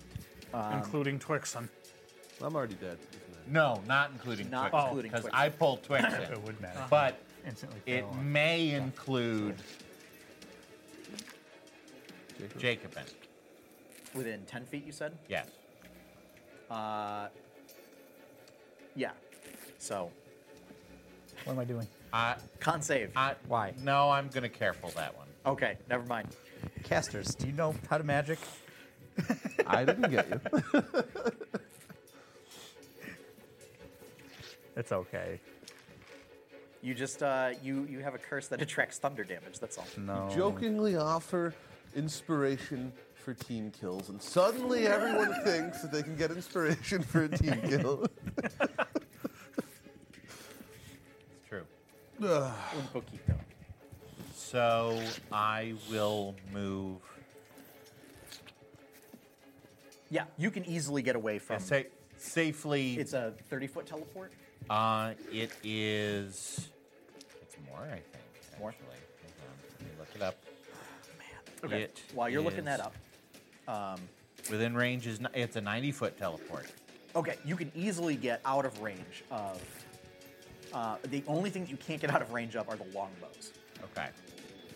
Speaker 2: um,
Speaker 3: including Twixen.
Speaker 7: I'm already dead. so it doesn't matter.
Speaker 6: No, not including
Speaker 2: Not
Speaker 6: Twixen.
Speaker 2: including
Speaker 6: Because
Speaker 2: Twixen.
Speaker 6: I pulled Twixen.
Speaker 5: It would matter.
Speaker 6: But
Speaker 5: Instantly
Speaker 6: it
Speaker 5: fell on.
Speaker 6: may include
Speaker 7: Jacob.
Speaker 6: Jacobin.
Speaker 2: Within 10 feet, you said?
Speaker 6: Yes.
Speaker 2: Uh, yeah. So,
Speaker 5: What am I doing?
Speaker 6: I,
Speaker 2: con save.
Speaker 6: I,
Speaker 5: Why?
Speaker 6: No, I'm going to careful that one.
Speaker 2: Okay, never mind.
Speaker 5: Casters, do you know how to magic?
Speaker 7: I didn't get you.
Speaker 5: It's okay.
Speaker 2: You just uh, you you have a curse that attracts thunder damage. That's all.
Speaker 5: No.
Speaker 7: Jokingly offer inspiration for team kills, and suddenly everyone thinks that they can get inspiration for a team kill.
Speaker 6: It's true.
Speaker 2: Un poquito.
Speaker 6: So I will move.
Speaker 2: Yeah, you can easily get away from.
Speaker 6: sa- safely.
Speaker 2: It's a 30 foot teleport.
Speaker 6: Uh, it is. It's more, I think. Actually.
Speaker 2: More?
Speaker 6: Hold on. Let me look it up.
Speaker 2: Man. Okay.
Speaker 6: It
Speaker 2: While you're looking
Speaker 6: is-
Speaker 2: that up,
Speaker 6: Within range is n- it's a 90 foot teleport.
Speaker 2: okay, you can easily get out of range of. Uh, the only thing that you can't get out of range of are the longbows.
Speaker 6: Okay.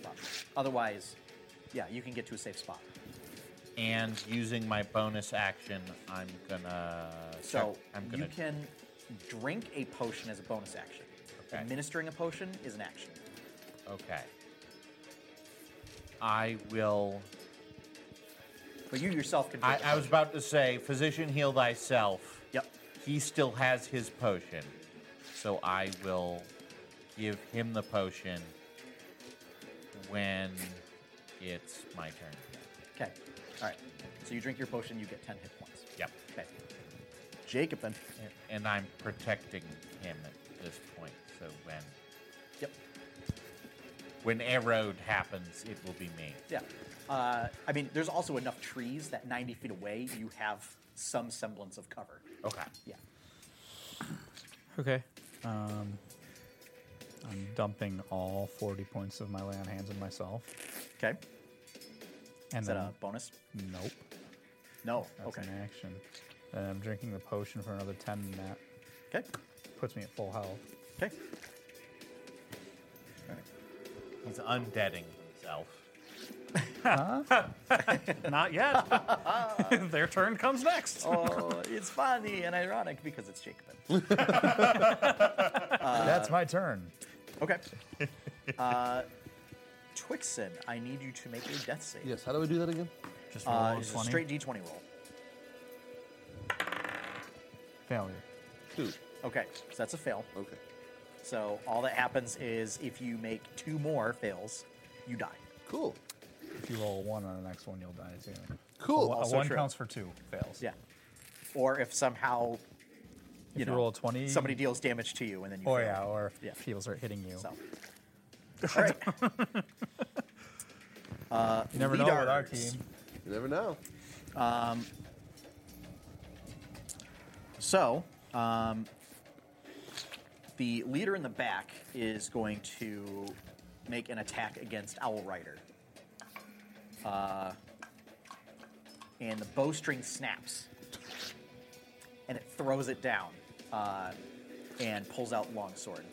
Speaker 2: But Otherwise, yeah, you can get to a safe spot.
Speaker 6: And using my bonus action, I'm gonna.
Speaker 2: So
Speaker 6: check- I'm gonna.
Speaker 2: you can drink a potion as a bonus action.
Speaker 6: Okay.
Speaker 2: Administering a potion is an action.
Speaker 6: Okay. I will.
Speaker 2: But you yourself can.
Speaker 6: I,
Speaker 2: drink a
Speaker 6: I was
Speaker 2: potion.
Speaker 6: about to say, physician, heal thyself.
Speaker 2: Yep.
Speaker 6: He still has his potion, so I will give him the potion when it's my turn.
Speaker 2: Okay. All right. So you drink your potion, you get ten hit points.
Speaker 6: Yep.
Speaker 2: Okay. Jacob then.
Speaker 6: And- And I'm protecting him at this point, so when
Speaker 2: Yep.
Speaker 6: when erode happens, it will be me.
Speaker 2: Yeah. Uh, I mean, there's also enough trees that 90 feet away you have some semblance of cover.
Speaker 6: Okay.
Speaker 2: Yeah.
Speaker 5: Okay. Um, I'm dumping all 40 points of my lay on hands on myself.
Speaker 2: Okay.
Speaker 5: And
Speaker 2: Is that
Speaker 5: then,
Speaker 6: Mm-hmm.
Speaker 2: a bonus?
Speaker 5: nope.
Speaker 2: No.
Speaker 5: That's
Speaker 2: okay.
Speaker 5: an action. And I'm drinking the potion for another 10 and that
Speaker 2: Okay.
Speaker 5: puts me at full health.
Speaker 2: Okay.
Speaker 6: He's undeading himself.
Speaker 3: Not yet. Their turn comes next.
Speaker 2: Oh, it's funny and ironic because it's Jacob. Uh,
Speaker 5: That's my turn.
Speaker 2: Okay. Uh, Twixen, I need you to make a death save.
Speaker 7: Yes, how do we do that again?
Speaker 5: Just roll
Speaker 2: Uh,
Speaker 5: a
Speaker 2: it's a
Speaker 5: 20.
Speaker 2: straight d20 roll.
Speaker 5: failure.
Speaker 7: Two.
Speaker 2: Okay, so that's a fail.
Speaker 7: Okay.
Speaker 2: So all that happens is if you make two more fails, you die.
Speaker 7: Cool.
Speaker 5: If you roll a one on the next one, you'll die too.
Speaker 7: Cool.
Speaker 5: A one- A,
Speaker 2: Also
Speaker 5: one
Speaker 2: true.
Speaker 5: counts for two fails.
Speaker 2: Yeah. Or if somehow
Speaker 5: If you,
Speaker 2: know,
Speaker 5: roll a 20.
Speaker 2: somebody deals damage to you and then you
Speaker 5: Oh,
Speaker 2: fail.
Speaker 5: yeah, or
Speaker 2: Yeah.
Speaker 5: heals are hitting you.
Speaker 2: So. All right.
Speaker 5: you never know with our
Speaker 2: leaders.
Speaker 5: team.
Speaker 7: You never know.
Speaker 2: So, um, the leader in the back is going to make an attack against Owl Rider. Uh, and the bowstring snaps. And it throws it down uh, and pulls out Longsword.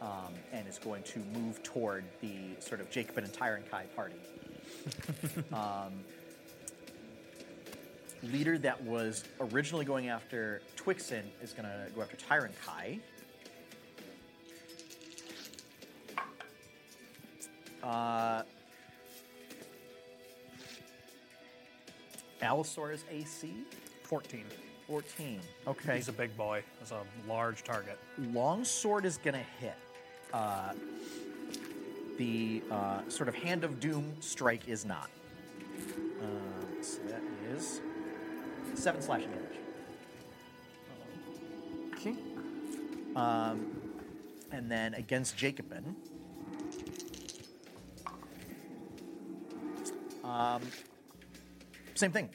Speaker 2: Um, and is going to move toward the sort of Jacob and Tyron Kai party. leader that was originally going after Twixen is going to go after Tyron Kai. Uh, Allosaurus AC
Speaker 3: 14.
Speaker 2: 14. Okay.
Speaker 3: He's a big boy. He's a large target.
Speaker 2: Longsword is going to hit. Uh, the uh, sort of Hand of Doom strike is not. Um, so that is seven slashing damage.
Speaker 3: Okay.
Speaker 2: Um, And then against Jacobin. Um, same thing.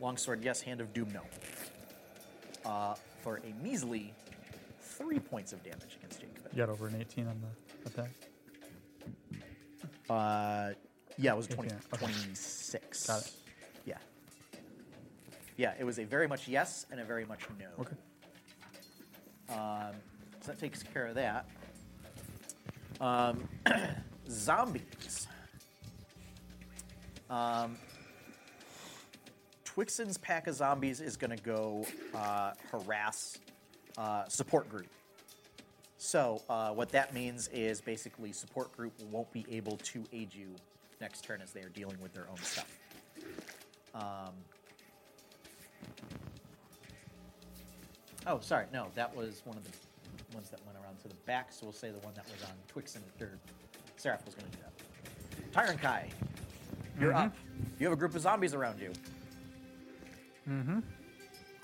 Speaker 2: Longsword, yes. Hand of Doom, no. Uh, for a measly three points of damage against Jacobin.
Speaker 5: You got over an 18 on the attack.
Speaker 2: Uh, yeah, it was 20,
Speaker 5: yeah, okay.
Speaker 2: 26.
Speaker 5: Got it.
Speaker 2: Yeah. Yeah, it was a very much yes and a very much no. Okay. Um, so that takes care of that. Um, zombies. Um, Twixen's pack of zombies is going to go uh, harass uh, support group. So uh, what that means is basically support group won't be able to aid you next turn as they are dealing with their own stuff. Um, oh, sorry, no, that was one of the ones that went around to the back. So we'll say the one that was on Twix and or Seraph was going to do that. Tyrant Kai, you're up. You have a group of zombies around you.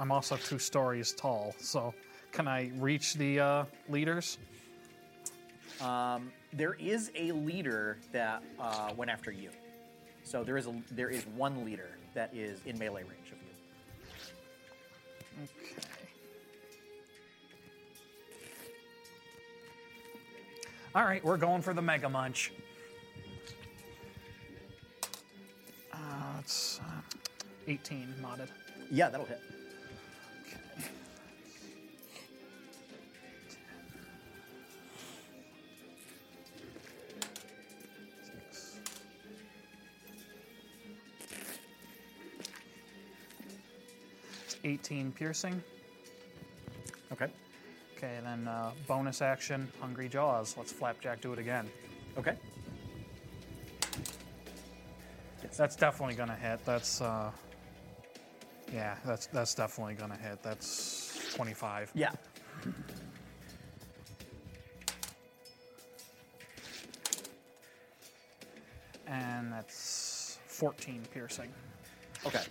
Speaker 3: I'm also two stories tall, so can I reach the uh, leaders?
Speaker 2: There is a leader that uh, went after you. So there is a, there is one leader that is in melee range of you.
Speaker 3: Okay. All right, we're going for the Mega Munch. That's uh, 18 modded.
Speaker 2: Yeah, that'll hit.
Speaker 3: It's 18 piercing.
Speaker 2: Okay.
Speaker 3: Okay, then uh, bonus action, Hungry Jaws. Let's Flapjack do it again.
Speaker 2: Okay.
Speaker 3: That's definitely gonna hit. That's uh, yeah, that's that's definitely gonna hit. That's 25.
Speaker 2: Yeah.
Speaker 3: And that's 14 piercing.
Speaker 2: Okay.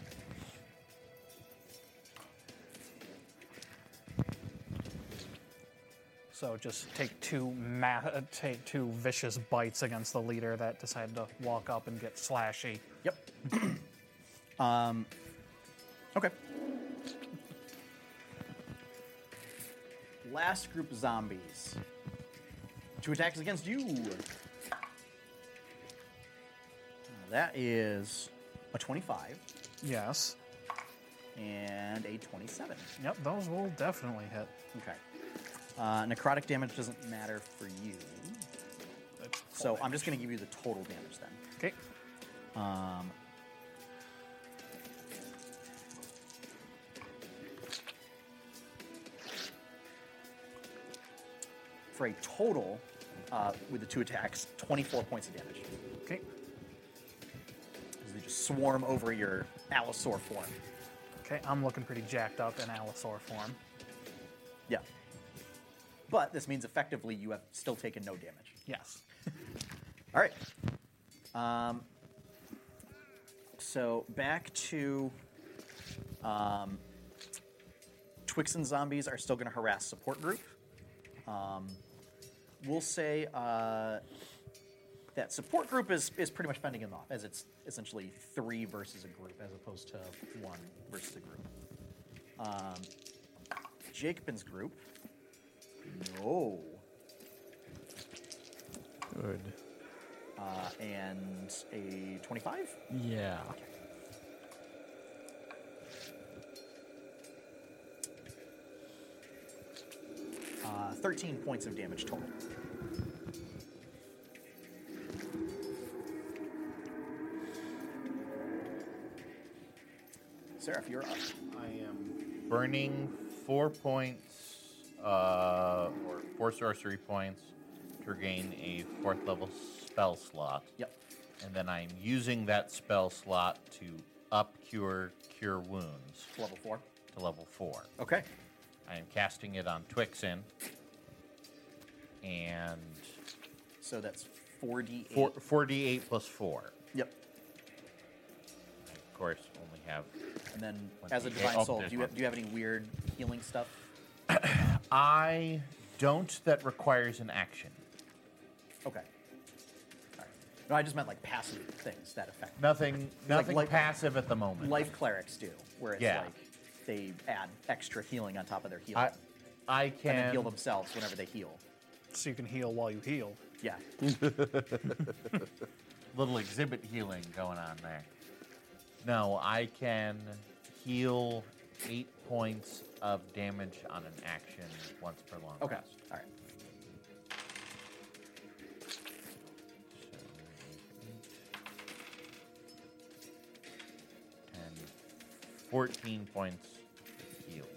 Speaker 3: So just take two ma- uh, take two vicious bites against the leader that decided to walk up and get slashy.
Speaker 2: Yep. um. Okay. Last group of zombies. Two attacks against you. That is a 25
Speaker 3: Yes.
Speaker 2: and a 27.
Speaker 3: Yep, those will definitely hit.
Speaker 2: Okay. Uh, necrotic damage doesn't matter for you. So I'm just going to give you the total damage then.
Speaker 3: Okay.
Speaker 2: For a total, uh, with the two attacks, 24 points of damage.
Speaker 3: Okay.
Speaker 2: As they just swarm over your Allosaur form.
Speaker 3: Okay, I'm looking pretty jacked up in Allosaur form.
Speaker 2: Yeah. But this means effectively you have still taken no damage.
Speaker 3: Yes.
Speaker 2: All right. Um, so back to um, Twix and zombies are still going to harass support group. Um, we'll say uh, that support group is, is pretty much fending them off, as it's essentially three versus a group as opposed to one versus a group. Um, Jacobin's group. No.
Speaker 5: Good.
Speaker 2: uh, and a 25.
Speaker 5: Yeah.
Speaker 2: Uh, 13 points of damage total. Seraph, you're up.
Speaker 6: I am burning four points, uh, or four sorcery points to regain a fourth level spell slot.
Speaker 2: Yep.
Speaker 6: And then I'm using that spell slot to up cure cure wounds
Speaker 2: Level 4.
Speaker 6: to level four.
Speaker 2: Okay.
Speaker 6: I am casting it on Twixen. And
Speaker 2: So that's 48.
Speaker 6: four, 48 plus 4.
Speaker 2: Yep.
Speaker 6: I, of course, only have.
Speaker 2: And then as a
Speaker 6: 28.
Speaker 2: divine
Speaker 6: Oh,
Speaker 2: soul, do
Speaker 6: there's
Speaker 2: you,
Speaker 6: one.
Speaker 2: have, do you have any weird healing stuff?
Speaker 6: I don't, that requires an action.
Speaker 2: Okay. All right. No, I just meant like passive things that affect.
Speaker 6: Nothing, nothing
Speaker 2: like-
Speaker 6: passive at the moment.
Speaker 2: Life clerics do, where it's
Speaker 6: Yeah.
Speaker 2: like they add extra healing on top of their healing.
Speaker 6: I, I
Speaker 2: and then
Speaker 6: can.
Speaker 2: heal themselves whenever they heal.
Speaker 3: So you can heal while you heal.
Speaker 2: Yeah.
Speaker 6: Little exhibit healing going on there. No, I can heal eight points of damage on an action once per long
Speaker 2: Okay.
Speaker 6: rest.
Speaker 2: All right.
Speaker 6: and 14 points healed.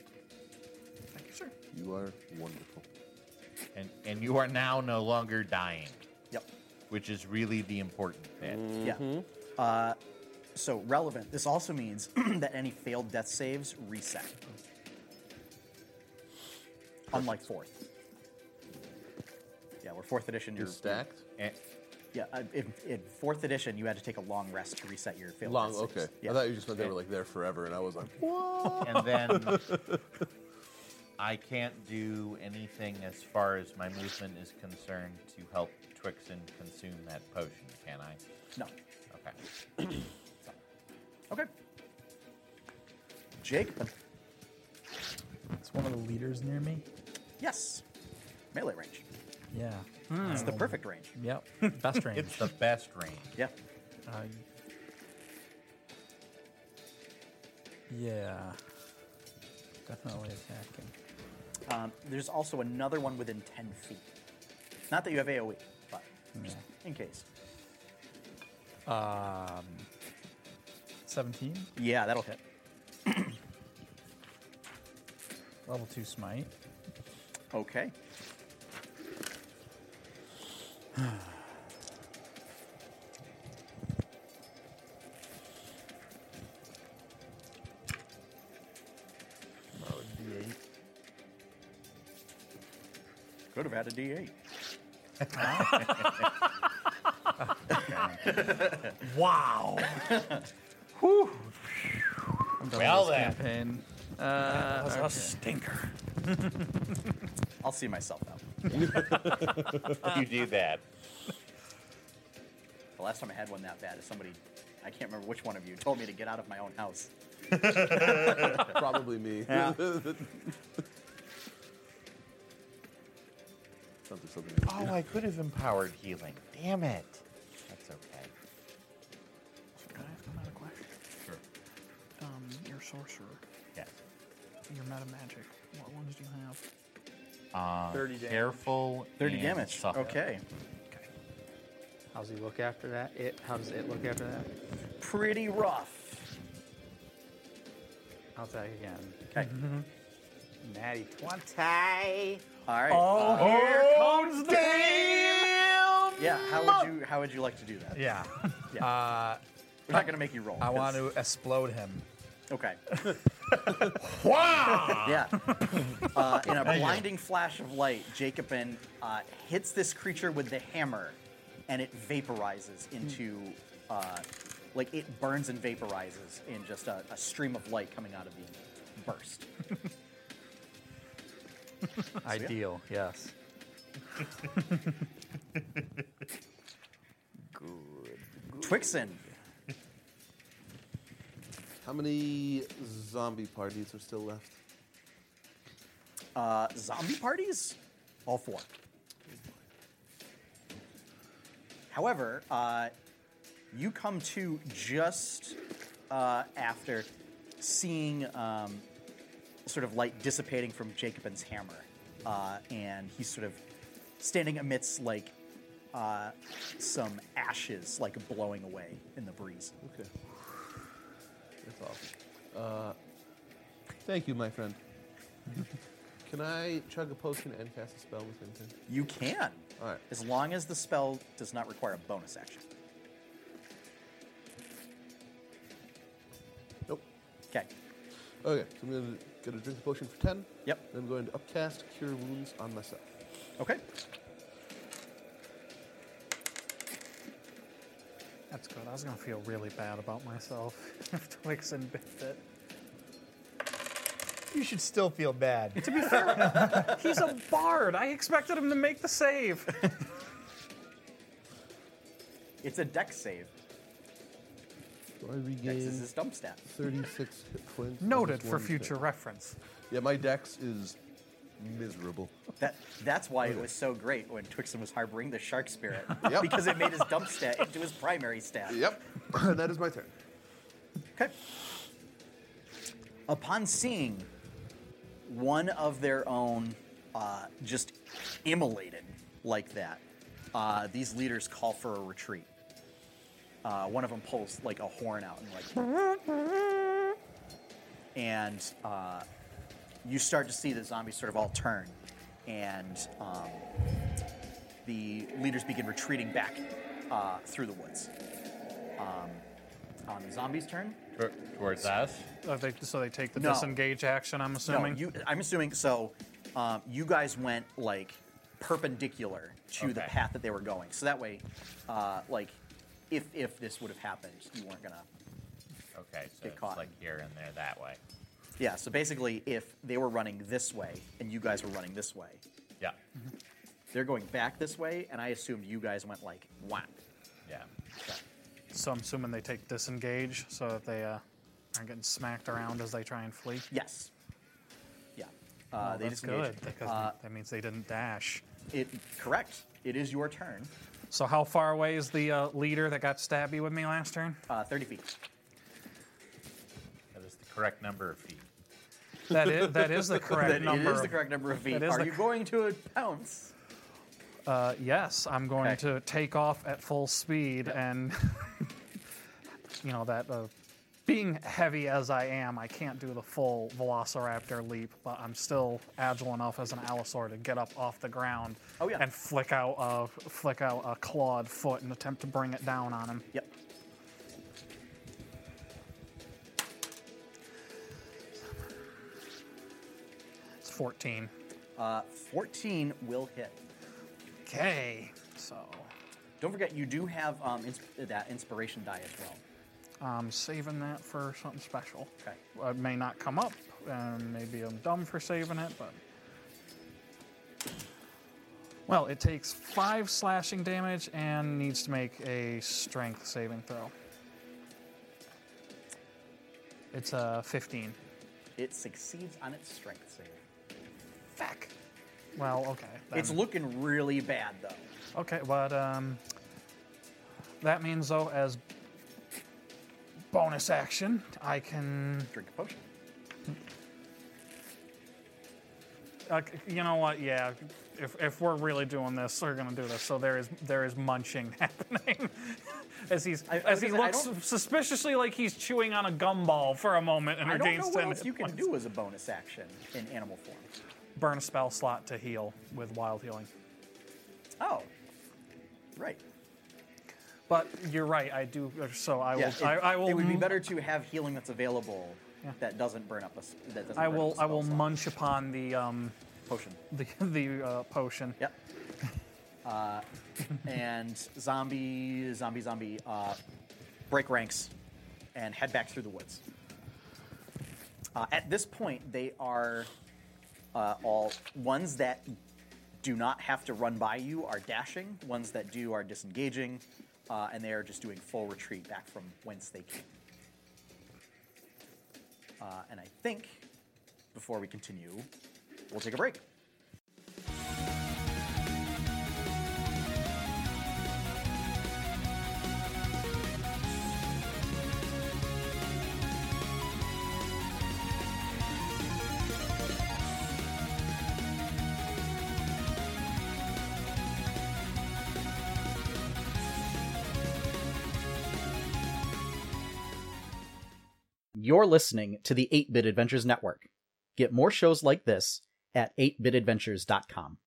Speaker 3: Thank you, sir.
Speaker 7: You are wonderful.
Speaker 6: And and you are now no longer dying,
Speaker 2: Yep.
Speaker 6: which is really the important bit.
Speaker 7: Mm-hmm.
Speaker 2: Yeah. Uh, so relevant. This also means that any failed death saves reset. Unlike fourth. Yeah, we're fourth edition. You're,
Speaker 7: You're stacked?
Speaker 6: And,
Speaker 2: yeah, uh, in, in fourth edition, you had to take a long rest to reset your failed.
Speaker 7: Long,
Speaker 2: death saves.
Speaker 7: okay.
Speaker 2: Yeah.
Speaker 7: I thought you just meant they were like there forever, and I was like, what?
Speaker 6: and then I can't do anything as far as my movement is concerned to help Twixen consume that potion, can I?
Speaker 2: no.
Speaker 6: Okay.
Speaker 2: Okay. Jake.
Speaker 5: It's one of the leaders near me.
Speaker 2: Yes. Melee range.
Speaker 5: Yeah.
Speaker 2: It's the perfect range.
Speaker 5: Yep. Best range. Uh,
Speaker 6: It's the best range.
Speaker 2: Yeah.
Speaker 5: I Yeah. Definitely attacking.
Speaker 2: Um, there's also another one within 10 feet. Not that you have AoE, but just in case.
Speaker 5: Um, 17.
Speaker 2: Yeah, that'll hit.
Speaker 5: Level 2 smite.
Speaker 2: Okay.
Speaker 5: Oh, D8.
Speaker 2: Could have had a D8.
Speaker 5: Wow.
Speaker 6: Well then.
Speaker 5: that was a stinker.
Speaker 2: I'll see myself out.
Speaker 6: you do that.
Speaker 2: The last time I had one that bad is somebody, I can't remember which one of you, told me to get out of my own house.
Speaker 7: Probably me.
Speaker 2: Yeah.
Speaker 7: Sounds like something. I would
Speaker 6: Oh, I could have empowered healing. Damn it. That's okay.
Speaker 3: Can I ask another question?
Speaker 6: Sure.
Speaker 3: Um, your sorcerer,
Speaker 6: Yes.
Speaker 3: your meta magic. What ones do you have?
Speaker 6: Uh,
Speaker 4: 30 damage.
Speaker 6: Careful.
Speaker 2: 30
Speaker 6: and
Speaker 2: damage.
Speaker 6: subtle.
Speaker 2: Okay.
Speaker 4: How's he look after that? It. How does it look after that?
Speaker 2: Pretty rough.
Speaker 4: I'll attack again.
Speaker 2: Okay.
Speaker 5: Mm-hmm.
Speaker 4: Natty twenty.
Speaker 2: All right.
Speaker 5: Oh,
Speaker 2: uh,
Speaker 5: here comes the damn!
Speaker 2: yeah. How would you How would you like to do that?
Speaker 5: Yeah.
Speaker 2: Yeah.
Speaker 5: Uh,
Speaker 2: We're not gonna make you roll.
Speaker 5: I
Speaker 2: 'cause-
Speaker 5: want to explode him.
Speaker 2: Okay.
Speaker 5: Wow!
Speaker 2: Yeah. Uh, in a blinding flash of light, Jacobin uh, hits this creature with the hammer, and it vaporizes into, uh, like, it burns and vaporizes in just a, a stream of light coming out of the burst.
Speaker 5: Ideal, yes.
Speaker 2: Twixen,
Speaker 7: How many zombie parties are still left?
Speaker 2: uh, zombie parties? All four. However, uh, you come to just uh, after seeing um, sort of light dissipating from Jacobin's hammer, uh, and he's sort of standing amidst like uh, some ashes, like blowing away in the breeze.
Speaker 7: Okay. That's all. Uh, thank you, my friend. Can I chug a potion and cast a spell with him? too?
Speaker 2: You can,
Speaker 7: All right.
Speaker 2: as long as the spell does not require a bonus action.
Speaker 7: Nope.
Speaker 2: Okay.
Speaker 7: Okay, so I'm gonna gonna drink the potion for ten.
Speaker 2: Yep.
Speaker 7: Then I'm going to upcast cure wounds on myself.
Speaker 2: Okay.
Speaker 3: That's good. I was gonna feel really bad about myself if Twixen bit it.
Speaker 5: You should still feel bad.
Speaker 3: He's a bard. I expected him to make the save.
Speaker 2: It's a deck save.
Speaker 7: Do I
Speaker 2: Dex is
Speaker 7: regain
Speaker 2: his dump stat.
Speaker 7: thirty-six hit points? I
Speaker 3: Noted
Speaker 7: just
Speaker 3: for
Speaker 7: wanted
Speaker 3: future
Speaker 7: To...
Speaker 3: reference.
Speaker 7: Yeah, my dex is miserable.
Speaker 2: That that's why it was so great when Twixen was harboring the shark spirit.
Speaker 7: Yep.
Speaker 2: Because it made his dump stat into his primary stat.
Speaker 7: Yep. that is my turn.
Speaker 2: Okay. Upon seeing one of their own uh, just immolated like that, uh, these leaders call for a retreat. Uh, one of them pulls like a horn out and like, and uh, you start to see the zombies sort of all turn, and um, the leaders begin retreating back uh, through the woods. Um, on the zombies' turn,
Speaker 6: Towards us.
Speaker 3: Oh, they, so they take the
Speaker 2: No.
Speaker 3: disengage action. I'm assuming.
Speaker 2: No, you, I'm assuming so. Um, you guys went like perpendicular to the
Speaker 6: Okay.
Speaker 2: path that they were going, so that way, uh, like, if if this would have happened, you weren't gonna.
Speaker 6: Okay, so
Speaker 2: Get
Speaker 6: it's
Speaker 2: caught.
Speaker 6: like here and there that way.
Speaker 2: Yeah. So basically, if they were running this way and you guys were running this way,
Speaker 6: Yeah.
Speaker 2: they're going back this way, and I assumed you guys went like whack.
Speaker 6: Yeah.
Speaker 3: So I'm assuming they take disengage so that they uh, aren't getting smacked around as they try and flee.
Speaker 2: Yes. Yeah. Uh,
Speaker 3: Oh,
Speaker 2: they
Speaker 3: that's
Speaker 2: disengage.
Speaker 3: good because
Speaker 2: Uh,
Speaker 3: that means they didn't dash.
Speaker 2: it correct. It is your turn.
Speaker 3: So how far away is the uh, leader that got stabby with me last turn?
Speaker 2: Uh, Thirty feet.
Speaker 6: That is the correct number of feet.
Speaker 3: That is, that is the correct
Speaker 2: That
Speaker 3: number.
Speaker 2: It is the
Speaker 3: of-
Speaker 2: correct number of feet.
Speaker 3: is
Speaker 2: Are
Speaker 3: the
Speaker 2: you
Speaker 3: cor-
Speaker 2: going to pounce?
Speaker 3: Uh, yes, I'm going
Speaker 2: Okay.
Speaker 3: to take off at full speed, and you know that uh, being heavy as I am, I can't do the full Velociraptor leap, but I'm still agile enough as an Allosaur to get up off the ground
Speaker 2: Oh, yeah.
Speaker 3: and flick out a flick out a clawed foot and attempt to bring it down on him.
Speaker 2: Yep.
Speaker 3: It's 14.
Speaker 2: Uh, 14 will hit.
Speaker 3: Okay, so
Speaker 2: Don't forget, you do have um, ins- that inspiration die as well.
Speaker 3: I'm saving that for something special.
Speaker 2: Okay.
Speaker 3: It may not come up, and maybe I'm dumb for saving it, but. Well, it takes five slashing damage and needs to make a strength saving throw. It's a 15.
Speaker 2: It succeeds on its strength save.
Speaker 3: Fuck. Well, okay. then.
Speaker 2: It's looking really bad, though.
Speaker 3: Okay, but um, that means though, as bonus action, I can.
Speaker 2: Drink a potion.
Speaker 3: Uh, c- you know what? Yeah, if, if we're really doing this, we're gonna do this. So there is there is munching happening as he's
Speaker 2: I- I
Speaker 3: as
Speaker 2: was
Speaker 3: he
Speaker 2: gonna
Speaker 3: looks
Speaker 2: say, I don't-
Speaker 3: suspiciously like he's chewing on a gumball for a moment and
Speaker 2: I don't know
Speaker 3: regains
Speaker 2: what
Speaker 3: ten.
Speaker 2: else
Speaker 3: hit
Speaker 2: you can
Speaker 3: points.
Speaker 2: do as a bonus action in animal form.
Speaker 3: Burn a spell slot to heal with wild healing.
Speaker 2: Oh, right.
Speaker 3: But you're right. I do. So I will.
Speaker 2: Yeah, it,
Speaker 3: I, I will.
Speaker 2: it would be
Speaker 3: m-
Speaker 2: better to have healing that's available that doesn't burn up a. s- That doesn't
Speaker 3: I
Speaker 2: burn
Speaker 3: will.
Speaker 2: Up a
Speaker 3: I will
Speaker 2: spell slot.
Speaker 3: munch upon the um
Speaker 2: potion.
Speaker 3: the the uh, potion.
Speaker 2: Yep. Uh, and zombie, zombie, zombie, uh, break ranks and head back through the woods. Uh, at this point, they are uh, all ones that do not have to run by you are dashing. Ones that do are disengaging, uh, and they are just doing full retreat back from whence they came. Uh, and I think before we continue, we'll take a break.
Speaker 1: You're listening to the 8-Bit Adventures Network. Get more shows like this at 8bitadventures.com.